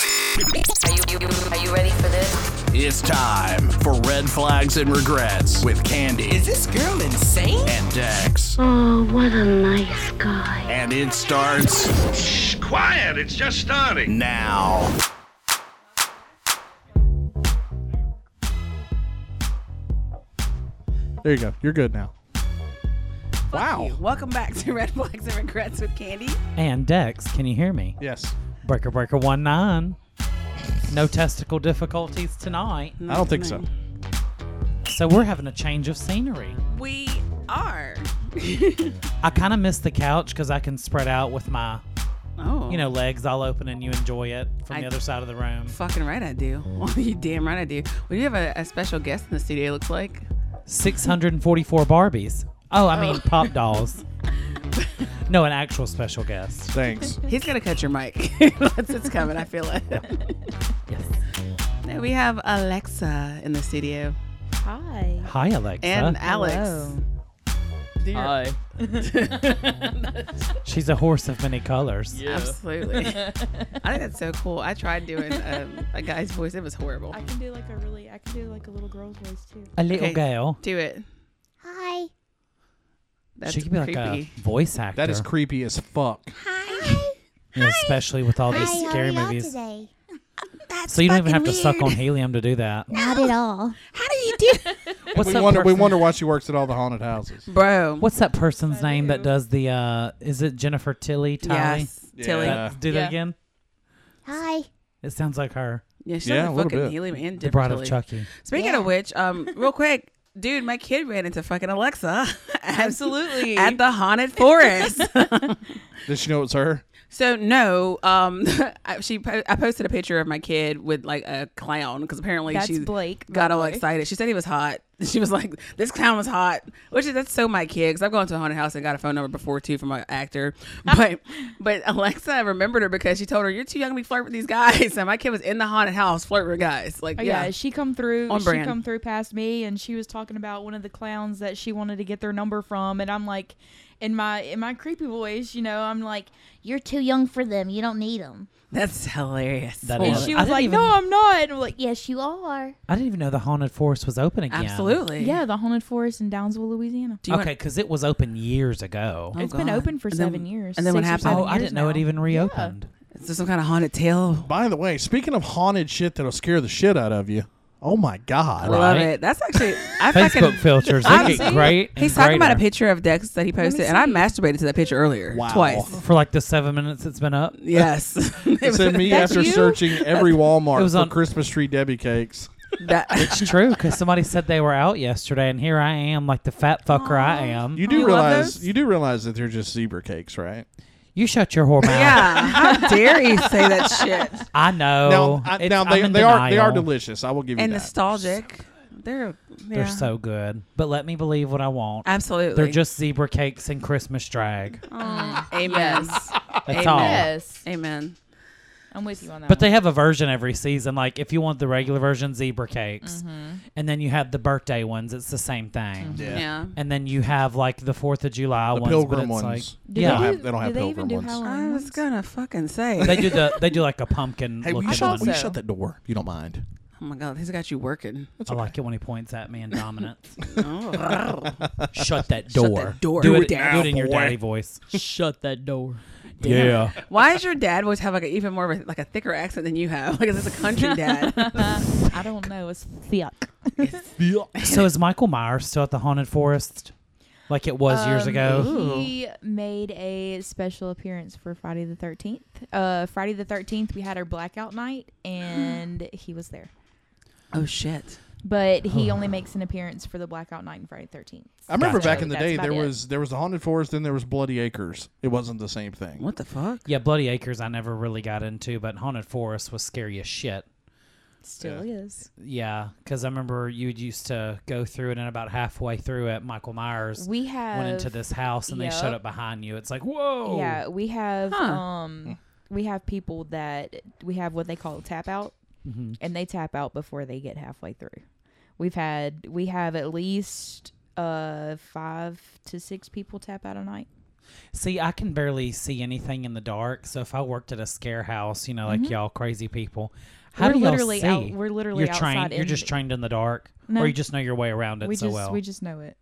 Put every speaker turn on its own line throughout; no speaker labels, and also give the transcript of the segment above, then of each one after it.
Are you, you, you, are you ready for this?
It's time for Red Flags and Regrets with Candy
Is this girl insane?
and Dex.
Oh, what a nice guy.
And it starts
Quiet, it's just starting.
now.
There you go. You're good now. Wow.
You. Welcome back to Red Flags and Regrets with Candy.
And Dex, can you hear me?
Yes.
Breaker Breaker One Nine. No testicle difficulties tonight.
I don't think
Mm-hmm.
so.
So we're having a change of scenery.
We are.
I kind of miss the couch because I can spread out with my,
Oh.
you know, legs all open and you enjoy it from
I-
the other side of the room.
Fucking right, I do. Well, you damn right, I do. We do have a, a special guest in the studio. It looks like
644 Barbies. Oh, I mean, pop dolls. No, an actual special guest.
Thanks.
he's gonna cut your mic. Once it's coming, I feel it.
Yes.
Now we have Alexa in the studio
Hi.
Hi, Alexa.
and Alex.
Hello.
Do your-
She's a horse of many colors.
Absolutely. I think that's so cool. I tried doing um, a guy's voice. It was horrible.
I can do like a really, I can do like a little girl's voice too.
A little
Okay.
girl.
Do it.
Hi.
That's
she could be
creepy.
like a voice actor.
That is creepy as fuck.
Hi.
you know, especially with all these scary movies.
today? That's
So you don't even have to suck on helium to do that.
Not at all.
What's
We
that
wonder, we
person-
wonder why she works at all the haunted houses.
Bro.
What's that person's name that does the? uh Is it Jennifer Tilly? Tilly?
Yes. Tilly.
Yeah.
That- do that
Yeah.
again.
Hi.
It sounds like her.
Yeah, she's
Yeah,
yeah,
a
a
little
fucking
bit.
helium and
The Bride
Diptoli.
of Chucky.
Speaking of which, um, real quick, dude, my kid ran into fucking Alexa. at-
Absolutely.
At the haunted forest.
Did she know it's her?
so no, um, I- she po- I posted a picture of my kid with like a clown because apparently
That's
she
Blake, by
got
the
all
way.
excited. She said he was hot. She was like, "This clown was hot," which is that's so my kid because I've gone to a haunted house and got a phone number before too from an actor. But but Alexa remembered her because she told her, "You're too young to be flirting with these guys." And my kid was in the haunted house flirting with guys. Like
Oh,
yeah,
yeah. she come through.
On
she
brand.
come through past me, and she was talking about one of the clowns that she wanted to get their number from, and I'm like, in my in my creepy voice, you know, I'm like,
You're too young for them. You don't need them.
that's hilarious.
That
and
is-
she
I
was
didn't
like,
even-
no, I'm not. And I'm like,
Yes, you are.
I didn't even know the haunted forest was open again.
Absolutely.
yeah, the haunted forest in Downsville, Louisiana.
Do you
Okay, because it was open years ago.
Oh,
It's been
God.
open for
And then-
seven years.
and then what
six or
happened?
seven
Oh, I
years
didn't know it
now.
even reopened.
Want, is there some kind of haunted tale?
By the way, speaking of haunted shit that'll scare the shit out of you. Oh my god.
I love
Right.
it. That's actually I
Facebook
fucking.
filters. They
Honestly,
get great.
He's
and
talking about a
greater.
picture of Dex that he posted, and I masturbated to that picture earlier
Wow.
twice.
for like the seven minutes it's been up.
Yes, it
It's in me
That's
after
you?
searching every Walmart
It was
for
on-
Christmas tree Debbie cakes.
that,
It's true because somebody said they were out yesterday, and here I am, like the fat fucker I am.
You do
Oh, You love
realize
those?
you do realize that they're just zebra cakes, right?
You shut your whore mouth.
yeah. How dare you say that shit?
I know.
now, I-
Oh, It's-
now they,
I'm in
they are they are
denial.
delicious. I will give you
And
that.
nostalgic. They're
They're
yeah.
so good. But let me believe what I want.
absolutely.
They're just zebra cakes and Christmas drag.
amen.
That's
Amen.
all.
Yes,
Amen.
I'm with you on that.
But they have a version every season. Like if you want the regular version, zebra cakes,
Mm-hmm.
and then you have the birthday ones. It's the same thing.
Yeah.
And then you have like the Fourth of July
the
ones.
pilgrim
but
ones.
it's Like,
Do
They don't
yeah,
do-
have- they don't have
do they
pilgrim
even do
ones.
I
Halloween
was
ones?
gonna fucking say.
they do the they do like a pumpkin
hey, will you,
looking
shut,
one.
will you
Also-
shut that door? if You don't mind.
oh my god, he's got you working.
I like it when he points at me in dominance.
Oh.
Shut
Shut
that door.
that door.
Do
Do
it,
it
do
now,
it in your
boy.
daddy voice. Shut that door. Yeah.
Why does your dad always have like a, even more of a, like a thicker accent than you have? Like, is this a country dad?
Uh, I don't know. It's yuck.
so is Michael Myers still at the haunted forest, like it was years
Um,
ago?
He made a special appearance for Friday the 13th. Uh, Friday the 13th, we had our blackout night, and he was there.
oh shit!
But he only
Oh.
makes an appearance for the blackout night and Friday the 13th.
I remember
Gotcha.
back in the
That's
day
about
there
it.
was there was the haunted forest, then there was Bloody Acres. It wasn't the same thing.
What the fuck?
Yeah, Bloody Acres I never really got into, but Haunted Forest was scary as shit.
Still is.
Yeah, because I remember you used to go through it, and about halfway through it, Michael Myers
We have.
went into this Oh. house, and they showed
Yep.
up behind you. It's like, whoa.
Yeah, we have.
Huh.
um We have people that. We have what they call a tap out,
Mm-hmm.
and they tap out before they get halfway through. We've had. We have at least uh five to six people tap out a night.
See, I can barely see anything in the dark. So if I worked at a scare house, you know, like y'all crazy people, how
Mm-hmm. We're
do y'all
literally
see?
out- we're literally
you're trained.
outside
you're
in
just
the-
trained in the dark,
No.
or you just know your way around it
we
so
just
well.
we just know it.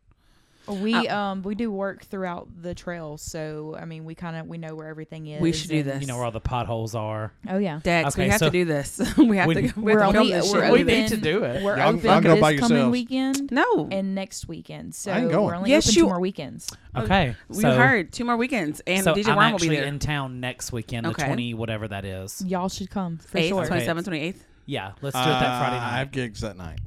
We um we do work throughout the trail, so I mean we kind of we know where everything is.
We should do
and-
this.
you know where all the potholes are.
Oh yeah,
Dex, we
Okay,
have
so-
to do this. we have
We-
to. go- We
we're
have to film
only
this
we're
shit.
open,
We need to-
do it.
We're
Y'all-
open
y'all go
this
by
coming
yourselves.
weekend
No,
and next weekend. So
ain't going.
we're only
Yes,
open
you-
two more weekends.
Okay,
we
so,
heard two more weekends, and
so
DJ
I'm
Worm will be
actually
there.
in town next weekend,
Okay.
the twenty whatever that is.
Y'all should come for
Eighth,
sure.
27th, 28th.
Yeah, let's do it that Friday
Uh, I
night.
have gigs that night,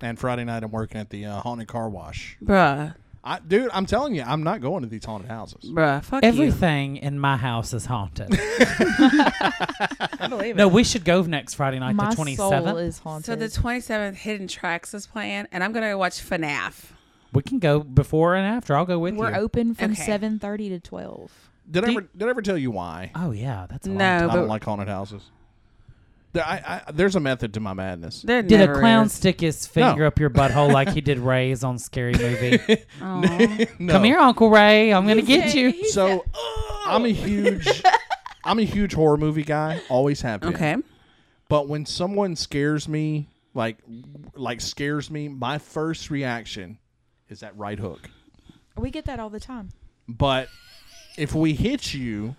and Friday night I'm working at the uh, haunted car wash.
Bruh,
I, dude, I'm telling you, I'm not going to these haunted houses.
bruh, fuck you.
Everything in my house is haunted.
I believe
no, we should go next Friday night,
My
the twenty
soul
seventh.
is haunted.
So the 27th, Hidden Tracks is playing, and I'm gonna go watch FNAF.
We can go before and after. I'll go with
we're
you.
open from
Okay.
seven thirty to twelve.
Did I
Do-
ever did I ever tell you why
Oh yeah, that's a long
No,
time.
I
but-
don't like haunted houses? There, I, I, there's a method to my madness.
There
Did a
never
clown
is.
stick his finger
No.
up your butthole like he did Ray's on Scary Movie?
No.
Come here, Uncle Ray. I'm gonna get you.
So I'm a huge I'm a huge horror movie guy. Always have been.
Okay.
But when someone scares me, like like scares me, my first reaction is that right hook.
We get that all the time.
But if we hit you,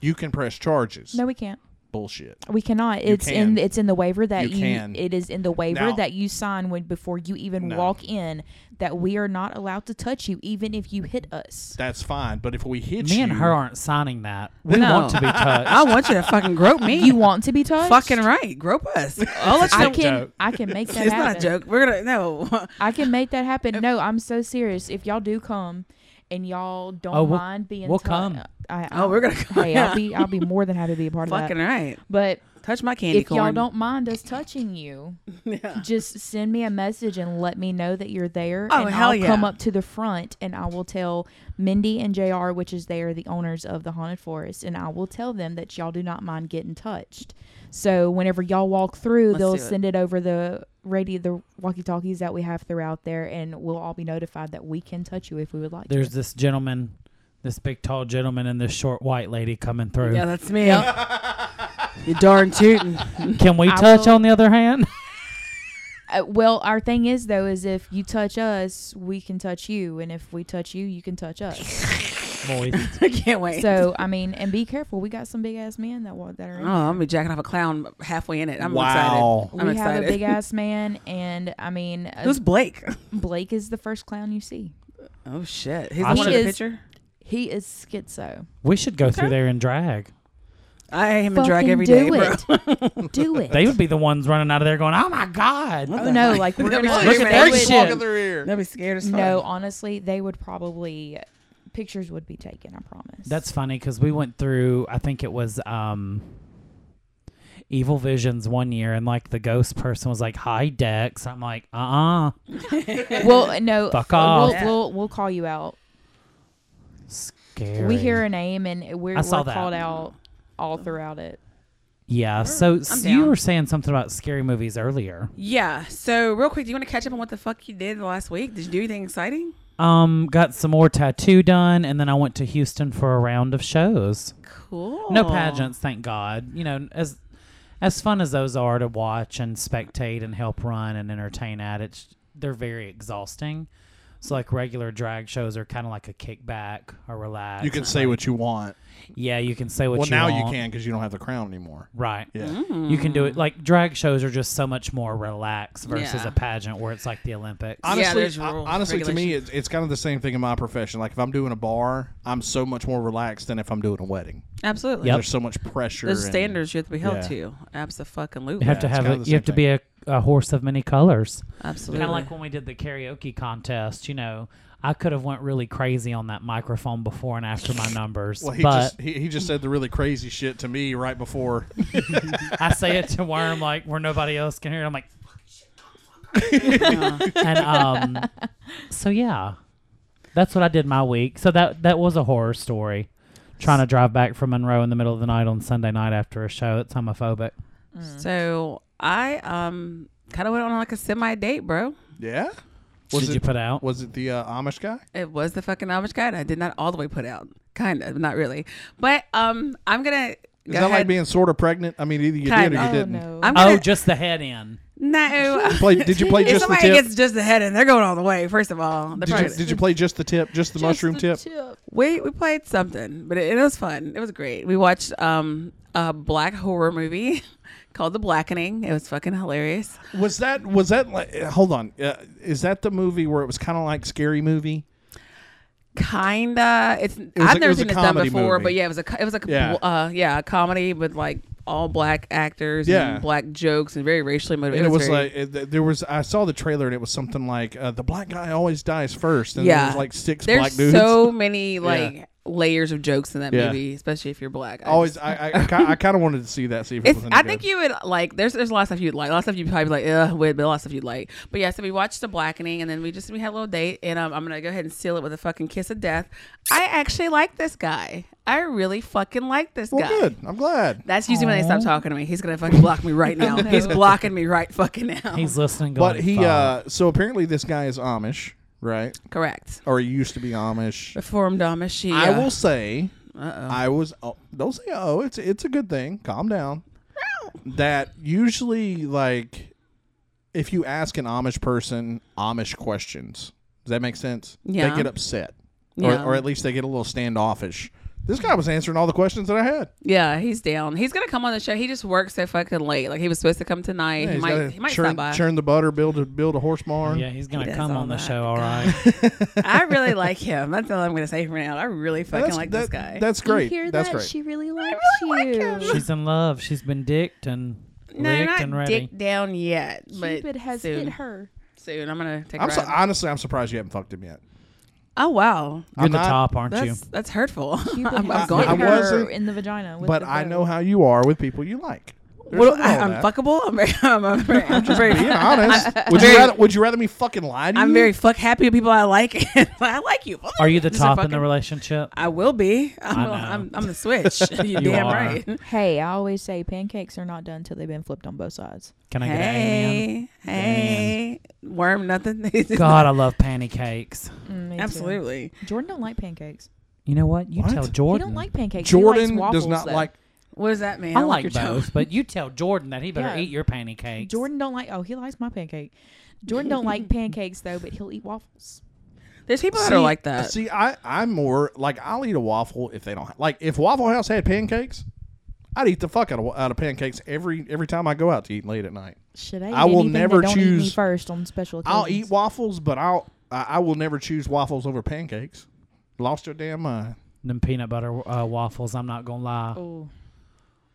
you can press charges.
No, we can't.
Bullshit.
We cannot. It's
can.
in it's in the waiver that
You
you,
can.
it is in the waiver
Now-
that you sign when before you even
No.
walk in that we are not allowed to touch you even if you hit us.
That's fine. But if we hit
Me
you,
and her aren't signing that. We
No.
want to be touched.
I want you to fucking grope me.
You want to be touched?
fucking right? Grope us. I'll let you
I
know.
can I can make that
It's
happen.
not a joke. We're gonna no.
I can make that happen. No, I'm so serious. If y'all do come and y'all don't
Oh, we'll-
mind being
we'll
tou-
come.
I,
Oh, we're gonna come.
Hey, I'll be I'll be more than happy to be a part of
fucking
that.
right.
But
Touch my candy
if
corn.
y'all don't mind us touching you, just send me a message and let me know that you're there.
Oh,
and
hell
I'll come
yeah.
up to the front and I will tell Mindy and JR, which is they are the owners of the Haunted Forest, and I will tell them that y'all do not mind getting touched. So whenever y'all walk through,
Let's
they'll
do it.
send it over the radio, the walkie talkies that we have throughout there, and we'll all be notified that we can touch you if we would like
There's
to.
this gentleman, this big tall gentleman, and this short white lady coming through.
yeah, that's me. you darn tootin'.
Can we
I
touch?
will-
On the other hand,
Uh, well, our thing is though, is if you touch us, we can touch you, and if we touch you, you can touch us.
Moist.
I can't wait.
So I mean, and be careful. We got some big ass men that want that are.
oh, I'm
In.
gonna be jacking off a clown halfway in it. I'm
Wow.
excited. I'm
we
excited.
have a big ass man, and I mean, uh,
Who's Blake?
Blake is the first clown you see.
Oh shit. He's
I
the one in the
should-
picture.
He is schizo.
we should go through there in drag.
I am in drag
Fucking
every day,
do
bro.
it. do it.
They would be the ones running out of there going, "Oh my god!"
oh no, like we're gonna
Look at
they
that
would-
shit.
That'd be scared as fuck.
No, honestly, they would probably pictures would be taken. I promise.
That's funny because we went through. I think it was um, Evil Visions one year, and like the ghost person was like, "Hi, Dex." I'm like, "Uh, uh
well, no,
Fuck
uh,
off.
We'll, we'll we'll call you out.
scary."
We hear a name, and we're,
I
we're
saw that.
called out all throughout it.
Yeah. So s- you
down.
were saying something about scary movies earlier.
Yeah. So real quick, do you want to catch up on what the fuck you did last week? Did you do anything exciting?
Um, got some more tattoo done, and then I went to Houston for a round of shows.
Cool.
No pageants, thank God. You know, as as fun as those are to watch and spectate and help run and entertain at, it's they're very exhausting. So like regular drag shows are kind of like a kickback or relax.
you can say what you want.
yeah, you can say what.
well,
you
now you
want.
can because you don't have the crown anymore.
Right.
Yeah.
Mm-hmm.
You can do it. Like drag shows are just so much more relaxed versus
Yeah.
a pageant where it's like the Olympics.
Honestly,
there's
I-
rules,
honestly, to me, it's, it's kind of the same thing in my profession. Like if I'm doing a bar, I'm so much more relaxed than if I'm doing a wedding.
Absolutely.
Yep.
There's so much pressure.
There's
and-
standards you have to be held
Yeah.
to. Absolutely.
You have to
it's
have
kinda
a,
the
you have to
same
be a, a horse of many colors.
Absolutely.
Kind of like when we did the karaoke contest. You know, I could have went really crazy on that microphone before and after my numbers,
Well, he
but
just he, he just said the really crazy shit to me right before.
I say it to Worm like where nobody else can hear it. I'm like, and um, so yeah, that's what I did my week. So that that was a horror story. Trying to drive back from Monroe in the middle of the night on Sunday night after a show. It's homophobic.
So I um kind of went on like a semi date, bro.
yeah. Was
Did
it-
you put out?
Was it the uh, Amish guy?
It was the fucking Amish guy, and I did not all the way put out. Kind of, not really. But um, I'm gonna
Is
go
that like
ahead.
being sort of pregnant? I mean, either you
Kind
did or you
of.
didn't.
no.
I'm
oh,
gonna,
just the head in.
no.
Play, did you play
if
just the
somebody
tip?
gets just the head in, they're going all the way. First of all, the
did, you,
first-
did you play just the tip? Just the mushroom tip?
we we played something, but it, it was fun. It was great. We watched um a black horror movie called The Blackening. It was fucking hilarious.
Was that was that like? uh, Hold on, uh, is that the movie where it was kind of like scary movie?
Kinda. It's
was
I've
a- it
never
was a
seen this done
comedy
before,
movie.
but yeah, it was a co- it was like
Yeah.
yeah. uh yeah a comedy with like all black actors
Yeah.
and black jokes and very racially
And
motivated.
it was
very-
like it, th- there was. I saw the trailer and it was something like uh, the black guy always dies first, and there was like six
There's
black dudes.
so many like layers of jokes in that
Yeah.
movie, especially if you're black. I
always,
just-
I I, I, ki- I kind of wanted to see that. See if it
It's,
was.
I think you would like. There's there's a lot of stuff you'd like. A lot of stuff you'd probably be like, ugh, with, but a lot of stuff you'd like. But yeah, so we watched The Blackening, and then we just we had a little date, and um, I'm gonna go ahead and seal it with a fucking kiss of death. I actually like this guy. I really fucking like this
Well,
guy.
good. I'm glad.
That's usually when they stop talking to me. He's gonna fucking block me right now. He's blocking me right fucking now.
He's listening. Going,
But he,
"Fuck."
uh, so apparently this guy is Amish, right?
correct.
Or he used to be Amish.
Reformed Amish. yeah.
I will say, I was. Oh, don't say oh. It's it's a good thing. Calm down. that usually, like, if you ask an Amish person Amish questions, does that make sense?
Yeah.
They get upset,
Yeah.
or or at least they get a little standoffish. This guy was answering all the questions that I had.
Yeah, he's down. He's gonna come on the show. He just works so fucking late. Like he was supposed to come tonight. he
he's
might
gotta
he might
churn,
stop by.
churn the butter, build a build a horse barn.
yeah, he's gonna
does
come
all
on the
that.
show. All right.
I really like him. That's all I'm gonna say for now. I really fucking
That's,
like
that-
this guy.
That's
You
great.
hear
that's
that?
great.
She really likes
really
you.
like him.
She's in love. She's been dicked and
no,
licked
not
and ready.
dick down yet, but
Cupid has
soon.
hit her.
Soon, I'm gonna take. a
I'm so,
ride.
honestly, I'm surprised you haven't fucked him yet.
oh wow,
You're
I'm
the
not-
top, aren't
that's
you?
that's hurtful.
Cupid
I'm, I'm
has
going.
I
hit her
wasn't,
in the vagina. With
But
the
I
bow.
know how you are with people you like. There's
What,
nothing wrong
I,
with
I'm
that.
fuckable. I'm very. I'm, I'm very. I'm very,
Being honest, would you
very-
rather would you rather me fucking lie to you?
I'm very fuck happy with people I like. I like you.
Are you the
Just a
top in the
fucking-
relationship?
I will be. I'm,
I know.
I'm, I'm the switch. you,
You
damn
are.
right.
Hey, I always say pancakes are not done till they've been flipped on both sides.
Can I get an
Hey, hey, worm, nothing.
amen? God, I love pancakes.
Mm, Absolutely.
Jordan don't like pancakes.
You know what? You
What?
tell
He don't
He
Jordan.
don't like pancakes. He likes
Jordan
waffles,
does not
though.
like
What does that mean?
I like
your joke.
both, but you tell Jordan that he better
Yeah.
eat your pancakes.
Jordan don't like. Oh, he likes my pancake. Jordan don't like pancakes though, but he'll eat waffles.
There's people that are
See-
like that.
See, I I'm more like I'll eat a waffle if they don't ha- like if Waffle House had pancakes, I'd eat the fuck out of, out of pancakes every every time I go out to eat late at night.
Should I?
I
eat
will
anything that
never
don't eat me
choose-
first on special. Occasions?
I'll eat waffles, but I'll I, I will never choose waffles over pancakes. Lost your damn mind.
Them peanut butter uh, waffles. I'm not gonna lie.
Ooh.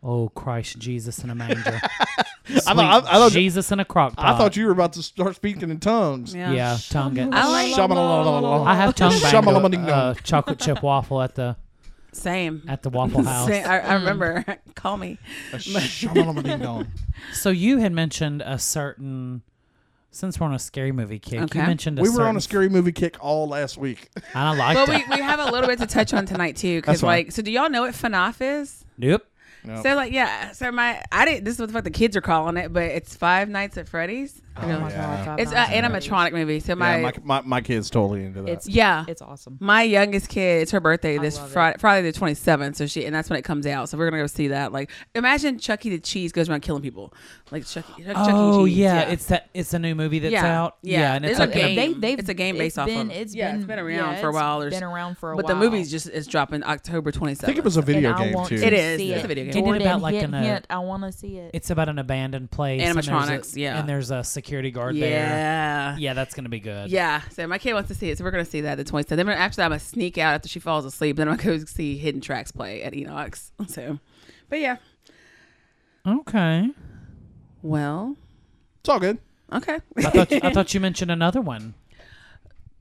Oh Christ, Jesus in a manger.
I thought, I, I thought,
Jesus in a crock pot.
I thought you were about to start speaking in tongues.
Yeah.
Yeah, tongue. it.
I like
Shamalalalalala.
I have tongue banged
Shamalama
a,
ding
uh,
dong.
chocolate chip waffle at the
same.
at the Waffle House.
Same. I, I remember. Call me.
Shamalama ding dong.
So you had mentioned a certain. Since we're on a scary movie kick,
Okay.
you mentioned a
We were on
certain-
a scary movie kick all last week.
And I like
But
that.
we, we have a little bit to touch on tonight too, because
That's fine.
like, so do y'all know what FNAF is?
nope.
So like, yeah. So my, I didn't. This is what the fuck the kids are calling it, but it's Five Nights at Freddy's.
Oh my
yeah.
god,
It's an animatronic movie. So
My,
my,
yeah, my, my my kid's totally into that.
It's
yeah.
It's awesome.
My youngest kid, it's her birthday this
love it.
Friday, Friday the twenty seventh. So she, and that's when it comes out. So we're gonna go see that. Like, imagine Chucky the Cheese goes around killing people, like Chucky. Chuck, Chuck E.
Oh
Cheese,
yeah, it's that. It's a new movie that's
Yeah,
out.
yeah.
Yeah, and it's
There's a
like
game.
an-
They- they've- It's a game based
it's
off of-
been, it's
yeah,
been,
it's been around
yeah,
for a
it's
while. There's-
Been around for a
but
while.
the movie's just is dropping October twenty seventh.
I think it was a video
and I
game
want
too.
To
It is.
See
It's
it.
a video game.
Didn't it
Jordan,
about like an,
hint,
uh,
hint, I want to see it.
it's about an abandoned place. and there's a-
Animatronics, yeah.
and there's a security guard there.
yeah.
Yeah, that's gonna be good.
Yeah, so my kid wants to see it, so we're gonna see that the twenty seventh. Then after that, I'm gonna sneak out after she falls asleep. Then I'm gonna go see Hidden Tracks play at Enoch's. So, but yeah,
Okay.
well,
It's all good.
okay.
I thought you, I thought you mentioned another one.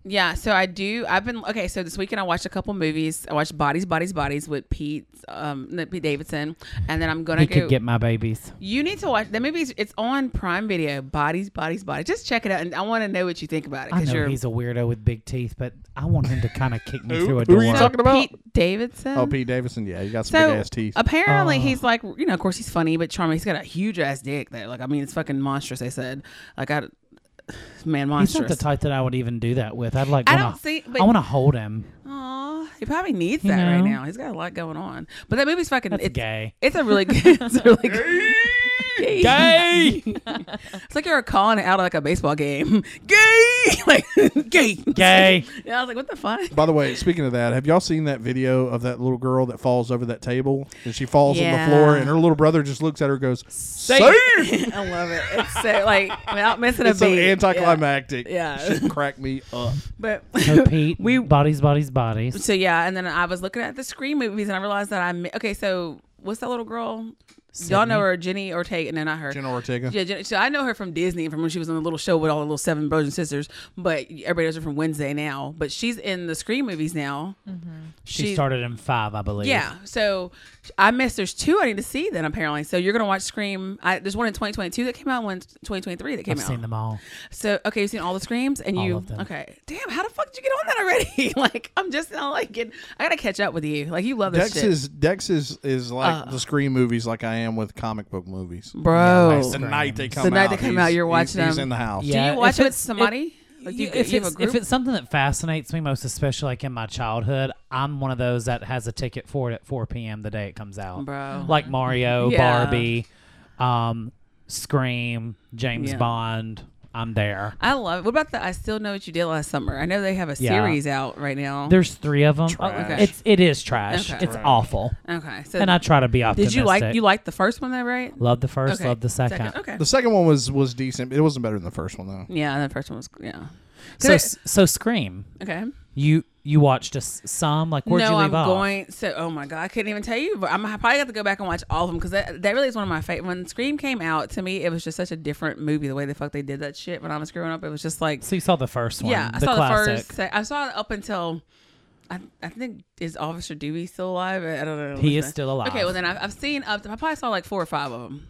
Yeah, so I do. I've been okay. So this weekend I watched a couple movies. I watched Bodies, Bodies, Bodies with Pete, um, no, Pete Davidson, and then I'm gonna
He
go.
could get my babies.
you need to watch that movie. is- It's on Prime Video. Bodies, Bodies, Bodies. Just check it out, and I want to know what you think about it
I
because
know
you're
he's a weirdo with big teeth, but I want him to kind of kick me
Who-
through a
who
door.
are you talking about?
Pete Davidson.
Oh, Pete Davidson. Yeah, you got some
Um, So uh,
big ass teeth.
apparently
Oh.
he's like you know of course he's funny but charming he's got a huge ass dick there like I mean it's fucking monstrous they said like I man
He's not
monstrous.
the type that I would even do that with. I'd like.
I
wanna,
don't see- but-
I want to hold him.
Aw, he probably needs
You
that right
know?
now. He's got a lot going on. But that movie's fucking
That's
it's,
gay.
It's a really good. It's a really good. Gay.
Gay.
It's like you're calling it out of like a baseball game. Gay, like gay,
Gay.
And I was like, what the fuck?
By the way, speaking of that, have y'all seen that video of that little girl that falls over that table and she falls on
Yeah.
the floor and her little brother just looks at her and goes, "Safe."
I love it. It's so like without missing a
It's so
beat. Yeah.
anticlimactic.
Yeah.
Shit cracked me up.
But
No, Pete.
We-
bodies, bodies, bodies.
so yeah, and then I was looking at the screen movies and I realized that I mi- okay. So what's that little girl? Y'all know her, Jenny Ortega. No, not her.
Jenna Ortega.
Yeah, Jen- so I know her from Disney and from when she was on the little show with all the little seven brothers and sisters. But everybody knows her from Wednesday now. But she's in the Scream movies now.
Mm-hmm. She,
she-
started in five, I believe.
Yeah. So I missed. There's two I need to see then apparently. So you're gonna watch Scream. I, there's one in 2022 that came out, one in 2023 that came
I've
out.
seen them all.
So okay, you've seen all the Screams and
All
you
of them.
okay? Damn, how the fuck did you get on that already? like I'm just not like getting. I gotta catch up with you. Like you love this
Dex
shit,
is Dex is, is
Uh.
like the screen movies like I am with comic book movies.
bro.
The night they come out.
The night they come
he's-
out, you're
he's-
watching
he's
them.
in the house.
Do
Yeah,
you watch
if
it with
it's-
somebody? like, do you,
Yeah, if,
you have a
it's,
group?
if it's something that fascinates me most, especially like in my childhood, I'm one of those that has a ticket for it at 4 p.m. the day it comes out.
Bro.
Like Mario,
Yeah.
Barbie, um, Scream, James
Yeah.
Bond. I'm there.
I love. It. What about the I still know what you did last summer? I know they have a
Yeah.
series out right now.
There's three of them.
okay.
It's it is trash.
Okay.
It's awful.
okay, so
And I try to be
did
optimistic.
you like you liked the first one though, right?
love the first,
Okay.
love the second.
Okay.
The second one was was decent. It wasn't better than the first one though.
Yeah, the first one was yeah.
So
I-
so Scream.
Okay.
You you watched just some like where'd
no,
you leave
I'm
off?
going. So, oh my god, I couldn't even tell you. But I'm I probably got to go back and watch all of them because that, that really is one of my favorite. When Scream came out, to me, it was just such a different movie. The way the fuck they did that shit when I was growing up, it was just like,
So you saw the first one.
yeah, I
the
saw
classic.
the first. se- I saw it up until. I, I think is Officer Dewey still alive? I don't know.
He
What's
is
that?
still alive.
Okay, well then I've, I've seen up. To, I probably saw like four or five of them.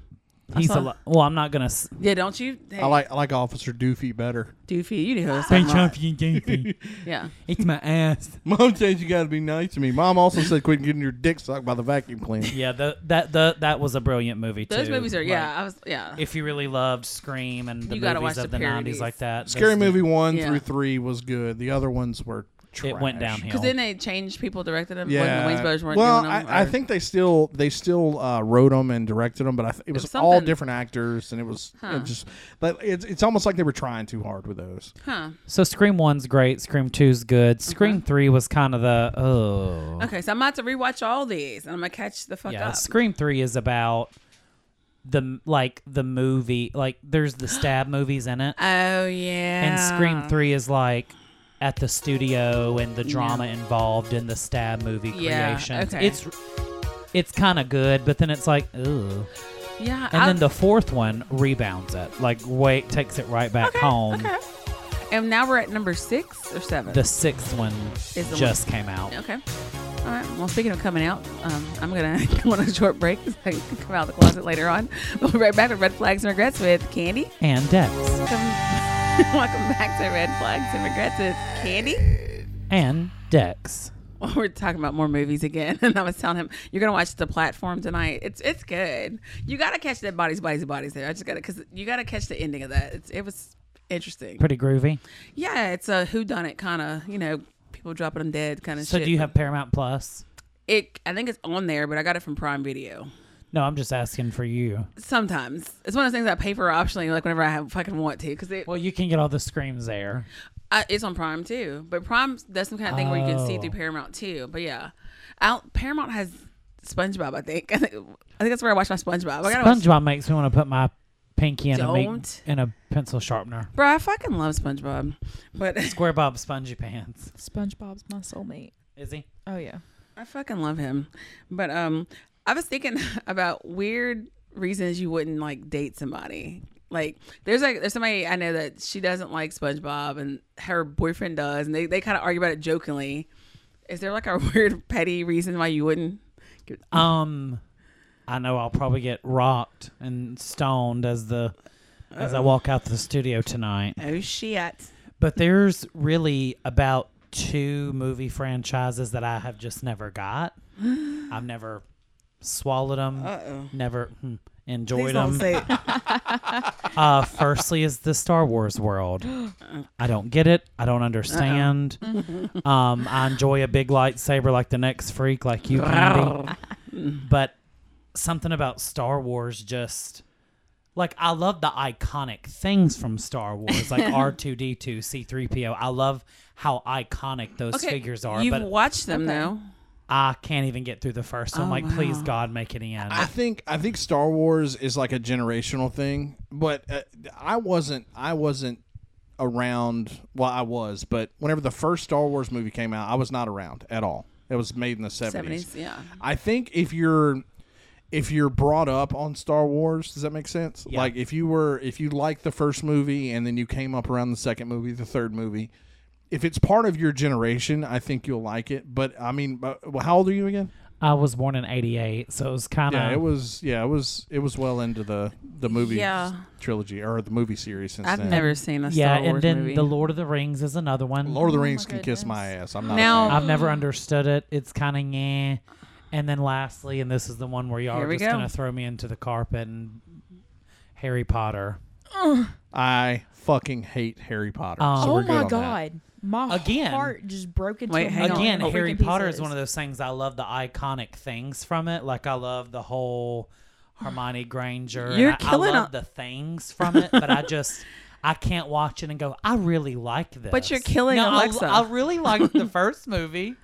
He's
saw-
a lot. Well, I'm not gonna. s-
Yeah, don't you? Hey,
I like I like Officer Doofy better.
Doofy. You know who I was talking
Pinch
about.
up, you goofy.
Yeah.
It's my ass.
Mom says you got to be nice to me. Mom also said quit getting your dick sucked by the vacuum cleaner.
Yeah, the, that the that was a brilliant movie too.
Those movies are
Like,
yeah. I was yeah.
if you really loved Scream and the
You gotta
movies
watch
of
the
the
parodies.
'90s like that,
Scary
those-
Movie one
Yeah.
through three was good. The other ones were trash.
It went downhill.
Because then they changed people directed them. When
Yeah.
the Wayans Brothers weren't
well,
doing them.
I, I
or-
think they still they still uh, wrote them and directed them, but I th- it was,
was
all
something-
different actors, and it was it just. But it's it's almost like they were trying too hard with those.
Huh.
So Scream One's great. Scream Two's good. Scream Three was kind of the oh
Uh-huh. Okay, so I'm about to rewatch all these, and I'm gonna catch the fuck
yeah.
up.
Scream Three is about the like the movie like there's the stab movies in it,
oh yeah.
and Scream Three is like at the studio and the drama involved in the stab movie
Yeah,
creation.
okay.
It's it's kind of good, but then it's like ooh.
Yeah.
And
I-
then the fourth one rebounds it, like wait, takes it right back home.
Okay. And now we're at number six or seven.
The sixth one
Is the
just came out.
okay. All right. Well, speaking of coming out, um, I'm gonna go on a short break. So I can come out of the closet later on. We'll be right back with red flags and regrets with Candy.
And Dex.
Welcome, welcome back to red flags and regrets with Candy.
And Dex.
Well, we're talking about more movies again, and I was telling him you're gonna watch the platform tonight. It's it's good. You gotta catch that bodies, bodies, bodies. There, I just gotta because you gotta catch the ending of that. It's, it was interesting.
Pretty groovy.
Yeah, it's a who done it kind of you know people dropping them dead kind of.
So
shit.
do you have Paramount Plus?
it? I think it's on there, but I got it from Prime Video.
No, I'm just asking for you.
Sometimes it's one of those things I pay for optionally, like whenever I have, if I can want to, because it
Well, you can get all the screams there.
I, it's on Prime too. But Prime that's some kind of thing where you can see
Oh.
through Paramount too. But yeah, out Paramount has SpongeBob. I think. I think I think that's where I watch my SpongeBob. I gotta watch
SpongeBob makes me want to put my pinky in a meat,
Don't.
in a pencil sharpener.
Bro, I fucking love SpongeBob. But
Square Bob Spongy Pants.
SpongeBob's my soulmate.
Is he?
Oh yeah.
I fucking love him. But um I was thinking about weird reasons you wouldn't like date somebody. Like there's like there's somebody I know that she doesn't like SpongeBob and her boyfriend does and they, they kinda argue about it jokingly. Is there like a weird petty reason why you wouldn't?
Um, I know I'll probably get rocked and stoned as the as I walk out the studio tonight.
Oh shit.
But there's really about two movie franchises that I have just never got. I've never swallowed them.
Uh oh.
Never. hmm,
Please
enjoyed
don't
them.
say it.
Uh, firstly, is the Star Wars world. I don't get it. I don't understand. um, I enjoy a big lightsaber like the next freak, like you, Candy. but something about Star Wars just. Like I love the iconic things from Star Wars, like R two D two, C three PO. I love how iconic those
Okay,
figures are.
You've
but
watched them though.
I can't even get through the first one.
Oh,
like,
wow.
please God, make it end.
I think I think Star Wars is like a generational thing, but uh, I wasn't I wasn't around. Well, I was, but whenever the first Star Wars movie came out, I was not around at all. It was made in the seventies.
Seventies, yeah.
I think if you're if you're brought up on Star Wars, does that make sense?
Yeah.
Like if you were if you liked the first movie and then you came up around the second movie, the third movie, if it's part of your generation, I think you'll like it. But I mean, but, well, how old are you again?
I was born in '88, so it was kind of
Um,
Yeah, it was. Yeah, it was. It was well into the the movie
Yeah.
trilogy or the movie series since
I've
then.
never seen a Star
yeah,
Wars
and then
movie.
the Lord of the Rings is another one.
Lord of the
Oh my
Rings can kiss my ass. I'm not.
Now-
a fan.
I've never understood it. It's kind of yeah. And then lastly, and this is the one where y'all
Here
are
we
just
go.
gonna throw me into the carpet and Harry Potter
I fucking hate Harry Potter.
Um,
so
oh
we're good
my
on that.
god, my
Again.
heart just broke into
Wait,
a
hang on.
again.
million
Harry
freaking
Potter
pieces.
is one of those things I love the iconic things from it. Like I love the whole Hermione Granger. and
You're
I,
killing
I love
a-
the things from it, but I just. I can't watch it and go. I really like this.
But you're killing
no, I-
Alexa.
I, really liked the first movie,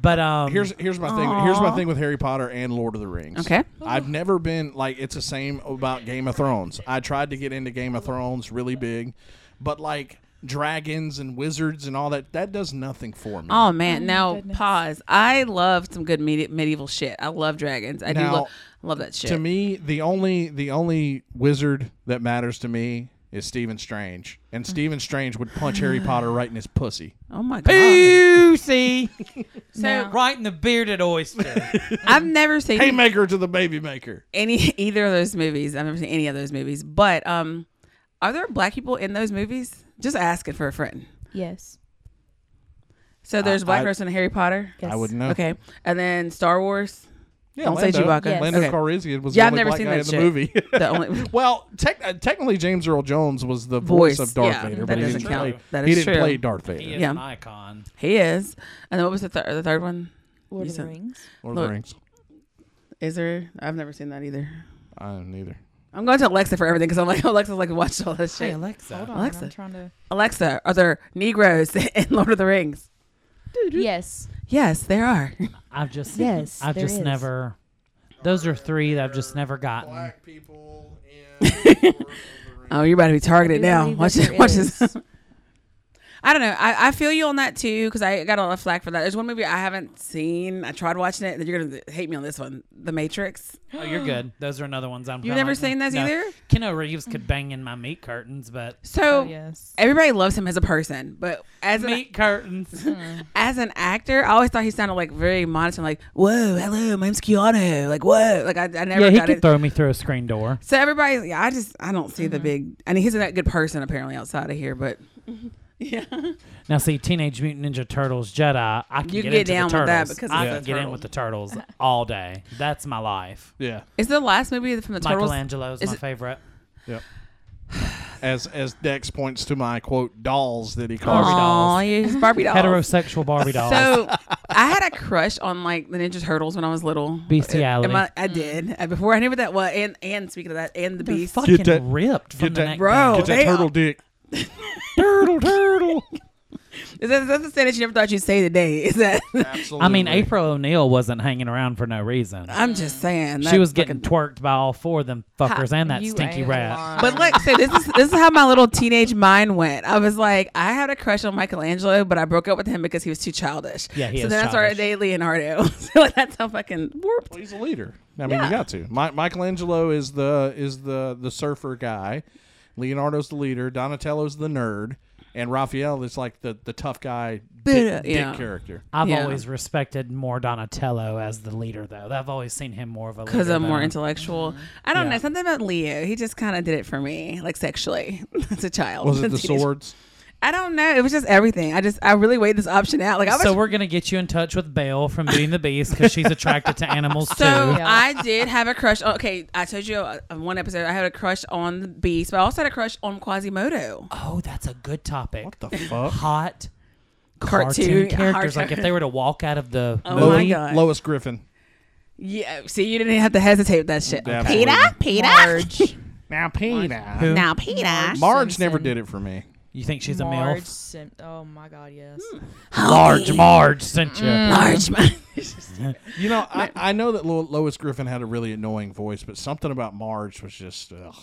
but um,
Here's here's my thing. Here's my thing with Harry Potter and Lord of the Rings.
Okay.
I've never been like it's the same about Game of Thrones. I tried to get into Game of Thrones really big, but like dragons and wizards and all that that does nothing for me.
Oh man! now
goodness.
pause. I love some good medi- medieval shit. I love dragons. I
Now,
do love, love that shit.
to me, the only the only wizard that matters to me is Stephen Strange, and
Mm.
Stephen Strange would punch Harry Potter right in his pussy.
oh my god!
Juicy.
So
right in the bearded oyster.
I've never seen
Haymaker to the baby maker.
any either of those movies. I've never seen any of those movies. But um, are there black people in those movies? Just asking for a friend.
yes.
So there's black
I-
person in Harry Potter.
yes.
I wouldn't know.
Okay, and then Star Wars.
yeah,
Don't say
Lando.
Chewbacca.
Yes.
Lando
Okay.
Calrissian was
Yeah,
the only
I've never
black
seen
guy in
that
the
shit.
movie.
The only
well, tec- uh, technically James Earl Jones was the voice,
Voice,
of Darth
yeah,
Vader,
that
but he
doesn't
didn't
count.
play.
That
he
is
didn't
true.
play Darth Vader.
He is
Yeah.
an icon.
he is. And then what was the, thir- the third one?
Lord
You
of the
said-
Rings.
Lord of the
Look.
Rings.
Is there? I've never seen that either.
I don't either.
I'm going to Alexa for everything because I'm like Alexa's like watched all this
Hey
shit.
Alexa.
Hold on,
Alexa.
I'm trying to.
Alexa, are there Negroes in Lord of the Rings?
Yes,
Yes, there are.
I've just
Yes,
I've
there
just
is.
never. Those are three that I've just never gotten.
people in
Oh, you're about to be targeted
I do
now.
believe
Watch
that
this.
there
Watch this.
is. Oh,
I don't know. I, I feel you on that too because I got a lot of flack for that. There's one movie I haven't seen. I tried watching it, and you're gonna hate me on this one, The Matrix.
Oh, you're good. Those are another ones I'm.
You've
kinda
never
like,
seen those
no.
either?
Keanu Reeves could bang in my meat curtains, but
So
Oh, yes.
everybody loves him as a person, but as an,
meat curtains.
as an actor, I always thought he sounded like very monotone, like "Whoa, hello, my name's Keanu." Like "Whoa," like I, I never
yeah, he
got
could
it.
throw me through a screen door.
So everybody, yeah, I just I don't see the big. I mean, he's a good person apparently outside of here, but yeah,
Now, see, Teenage Mutant Ninja Turtles Jedi. I can
You
get,
get
into the
down with that
turtles.
because
I
it's
can
the
get in
turtles.
with the turtles all day. That's my life.
yeah,
is the last movie from the turtles?
Michelangelo's
is
my
it-
favorite.
yep. As as Dex points to my quote dolls that he calls
Barbie
Aw,
dolls.
yes, Barbie dolls.
Heterosexual Barbie dolls.
Oh. So I had a crush on like the Ninja Turtles when I was little.
Bestiality.
Am I, I did Uh, before I knew what that was. And and speaking of that, and the
They're
Beast.
fucking
that-
ripped from
get
the
that-
neck
Bro.
down.
Get that
They
turtle
are-
dick. turtle, turtle.
Is that, that's the thing that you never thought you'd say today? Is that?
Absolutely.
I mean, April O'Neil wasn't hanging around for no reason.
I'm just saying.
She
that
was getting twerked by all four of them fuckers and that
you
stinky
ain't
rat.
But look, so this is this is how my little teenage mind went. I was like, I had a crush on Michelangelo, but I broke up with him because he was too childish.
Yeah, he
So
is
then I started
childish.
dating Leonardo. so like, that's how fucking warped.
Well, he's a leader. I mean, you got to. Mi- Michelangelo is the is the the surfer guy. Leonardo's the leader. Donatello's the nerd, and Raphael is like the the tough guy, dick, dick
uh, Yeah.
character.
I've
Yeah.
always respected more Donatello as the leader, though. I've always seen him more of a leader.
Because I'm more
than-
intellectual. I don't
Yeah.
know. Something about Leo. He just kind of did it for me, like sexually, as a child.
Was it
as
the
a teenager.
swords?
I don't know. It was just everything. I just I really weighed this option out. Like I was
So we're gonna get you in touch with Belle from Beauty and the Beast because she's attracted to animals
So
too.
Yeah.
I did have a crush. On, okay, I told you uh, on one episode I had a crush on the Beast, but I also had a crush on Quasimodo.
Oh, that's a good topic.
What the fuck?
Hot
Cartoon,
cartoon, characters.
hard-
Like if they were to walk out of the
Oh
movie,
my
Lo-
God.
Lois Griffin.
Yeah, see, you didn't have to hesitate with that shit.
Absolutely.
Peter,
Marge.
Now Peter.
who-
now Peter.
Marge
Simpson.
never did it for me.
you think she's
Marge
a milf?
Sim- oh my god, yes.
Hmm.
Large Marge sent you.
Marge.
You know, I, I know that Lo- Lois Griffin had a really annoying voice, but something about Marge was just. Ugh.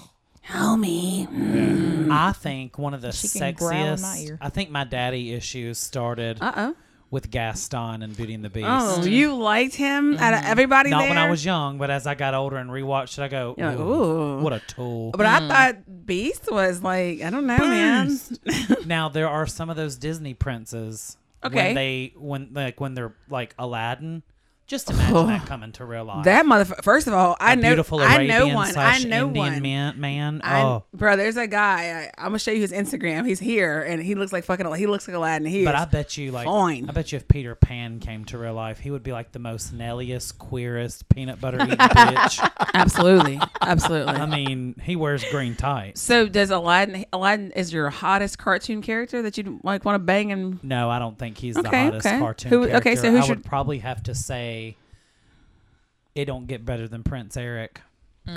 Homie.
I think one of the
She can growl in my
sexiest.
ear.
I think my daddy issues started
Uh oh.
with Gaston and Beauty and the Beast.
Oh, you liked him out of everybody
Not
there?
when I was young, but as I got older and rewatched it, I go,
You're like,
"Ooh,
ooh."
what a tool.
But I thought Beast was like, I don't know, man.
now there are some of those Disney princes.
Okay.
When they when like when they're like Aladdin, just imagine that coming to real life.
Oh. That motherfucker. First of all, I
A
know,
beautiful
I
Arabian
know one. I
slash
know
Indian
one.
man. man.
I,
oh,
Bro, there's a guy. I, I'm gonna show you his Instagram. He's here, and he looks like fucking. He looks like Aladdin. He
but
is
I bet you like
fine.
I bet you if Peter Pan came to real life, he would be like the most Nelliest, queerest peanut butter eating bitch.
absolutely, absolutely.
I mean, he wears green tights.
so does Aladdin? Aladdin is your hottest cartoon character that you would like want to bang and
No, I don't think he's the
Okay,
hottest
okay.
cartoon
Who-
character.
okay, so who's
I
your-
would probably have to say it don't get better than Prince Eric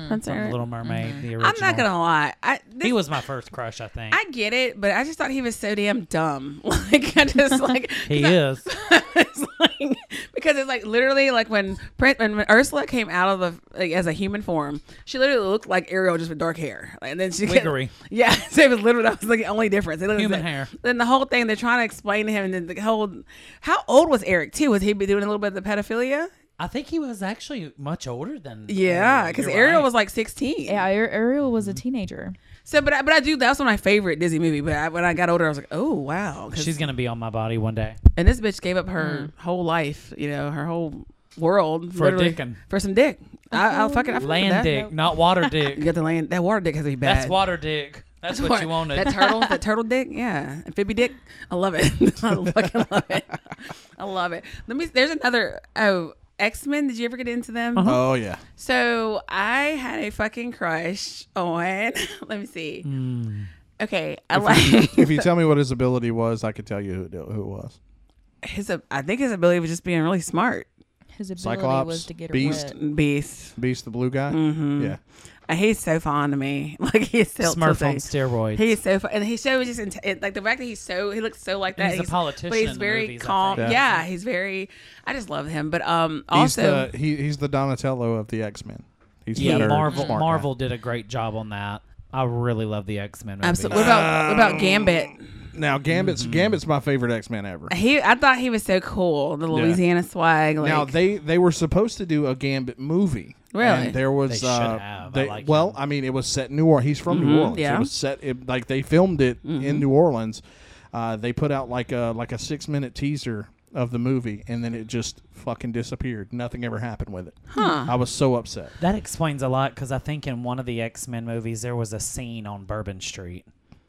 Prince
from
Eric? Mm-hmm.
Little Mermaid, the original.
I'm not gonna lie. I this,
He was my first crush, I think.
I get it, but I just thought he was so damn dumb. Like I just like
he is.
it's like, because it's like literally like when Prince when, when Ursula came out of the like as a human form, she literally looked like Ariel just with dark hair, and then she
Wiggery.
Yeah, so it was literally that was like the only difference. It looked
Human
like-
hair.
Then the whole thing they're trying to explain to him, and then the whole how old was Eric too? Was he be doing a little bit of the pedophilia?
I think he was actually much older than.
Yeah, because
Oh, you're
Ariel
right.
was like sixteen.
Yeah, Ar- Ariel was a teenager.
So, but I, but I do. That was one of my favorite Disney movie. But I, when I got older, I was like, oh wow. 'cause-
She's gonna be on my body one day.
and this bitch gave up her whole life, you know, her whole world
Mm. For a
literally,
dickin'.
for some dick. I, I'll fucking I fuck with
Land
that.
dick, not water dick.
You got the land. That water dick has to be bad.
That's water dick. That's what you wanted.
That turtle, that turtle dick, yeah, amphibian dick. I love it. I fucking love it. I love it. Let me. There's another. Oh, X Men. Did you ever get into them?
Uh-huh.
Oh, yeah.
So I had a fucking crush on. Let me see.
Hmm.
Okay, I like.
if you tell me what his ability was, I could tell you who, it- who it was.
his I think his ability was just being really smart.
His ability
Cyclops,
was to get her
Beast.
wet.
Beast.
Beast the blue guy? Yeah.
Uh, He's so fond of me. Like he's still
Smurf
so
on steroids.
He is so fun, and he's so just int- it- like the fact that he's so he looks so like that.
He's a politician
but he's
in the
very
movies, I
calm. Yeah.
think.
he's very. I just love him. But um,
He's
also
the, he, he's the Donatello of the X Men. He's
yeah,
better,
Marvel.
smart guy.
Marvel did a great job on that. I really love the X Men.
absolutely. What about what about Gambit?
Now Gambit's
Mm-hmm.
Gambit's my favorite X Men ever.
He I thought he was so cool. The Louisiana swag. Like,
now they they were supposed to do a Gambit movie.
Really?
And there was
They should
uh,
have. I
they-
like
well,
him.
I mean, it was set in New Orleans. He's from New Orleans.
yeah.
It was set it, like they filmed it in New Orleans. Uh, they put out like a like a six minute teaser of the movie, and then it just fucking disappeared. Nothing ever happened with it. I was so upset.
That explains a lot because I think in one of the X Men movies there was a scene on Bourbon Street.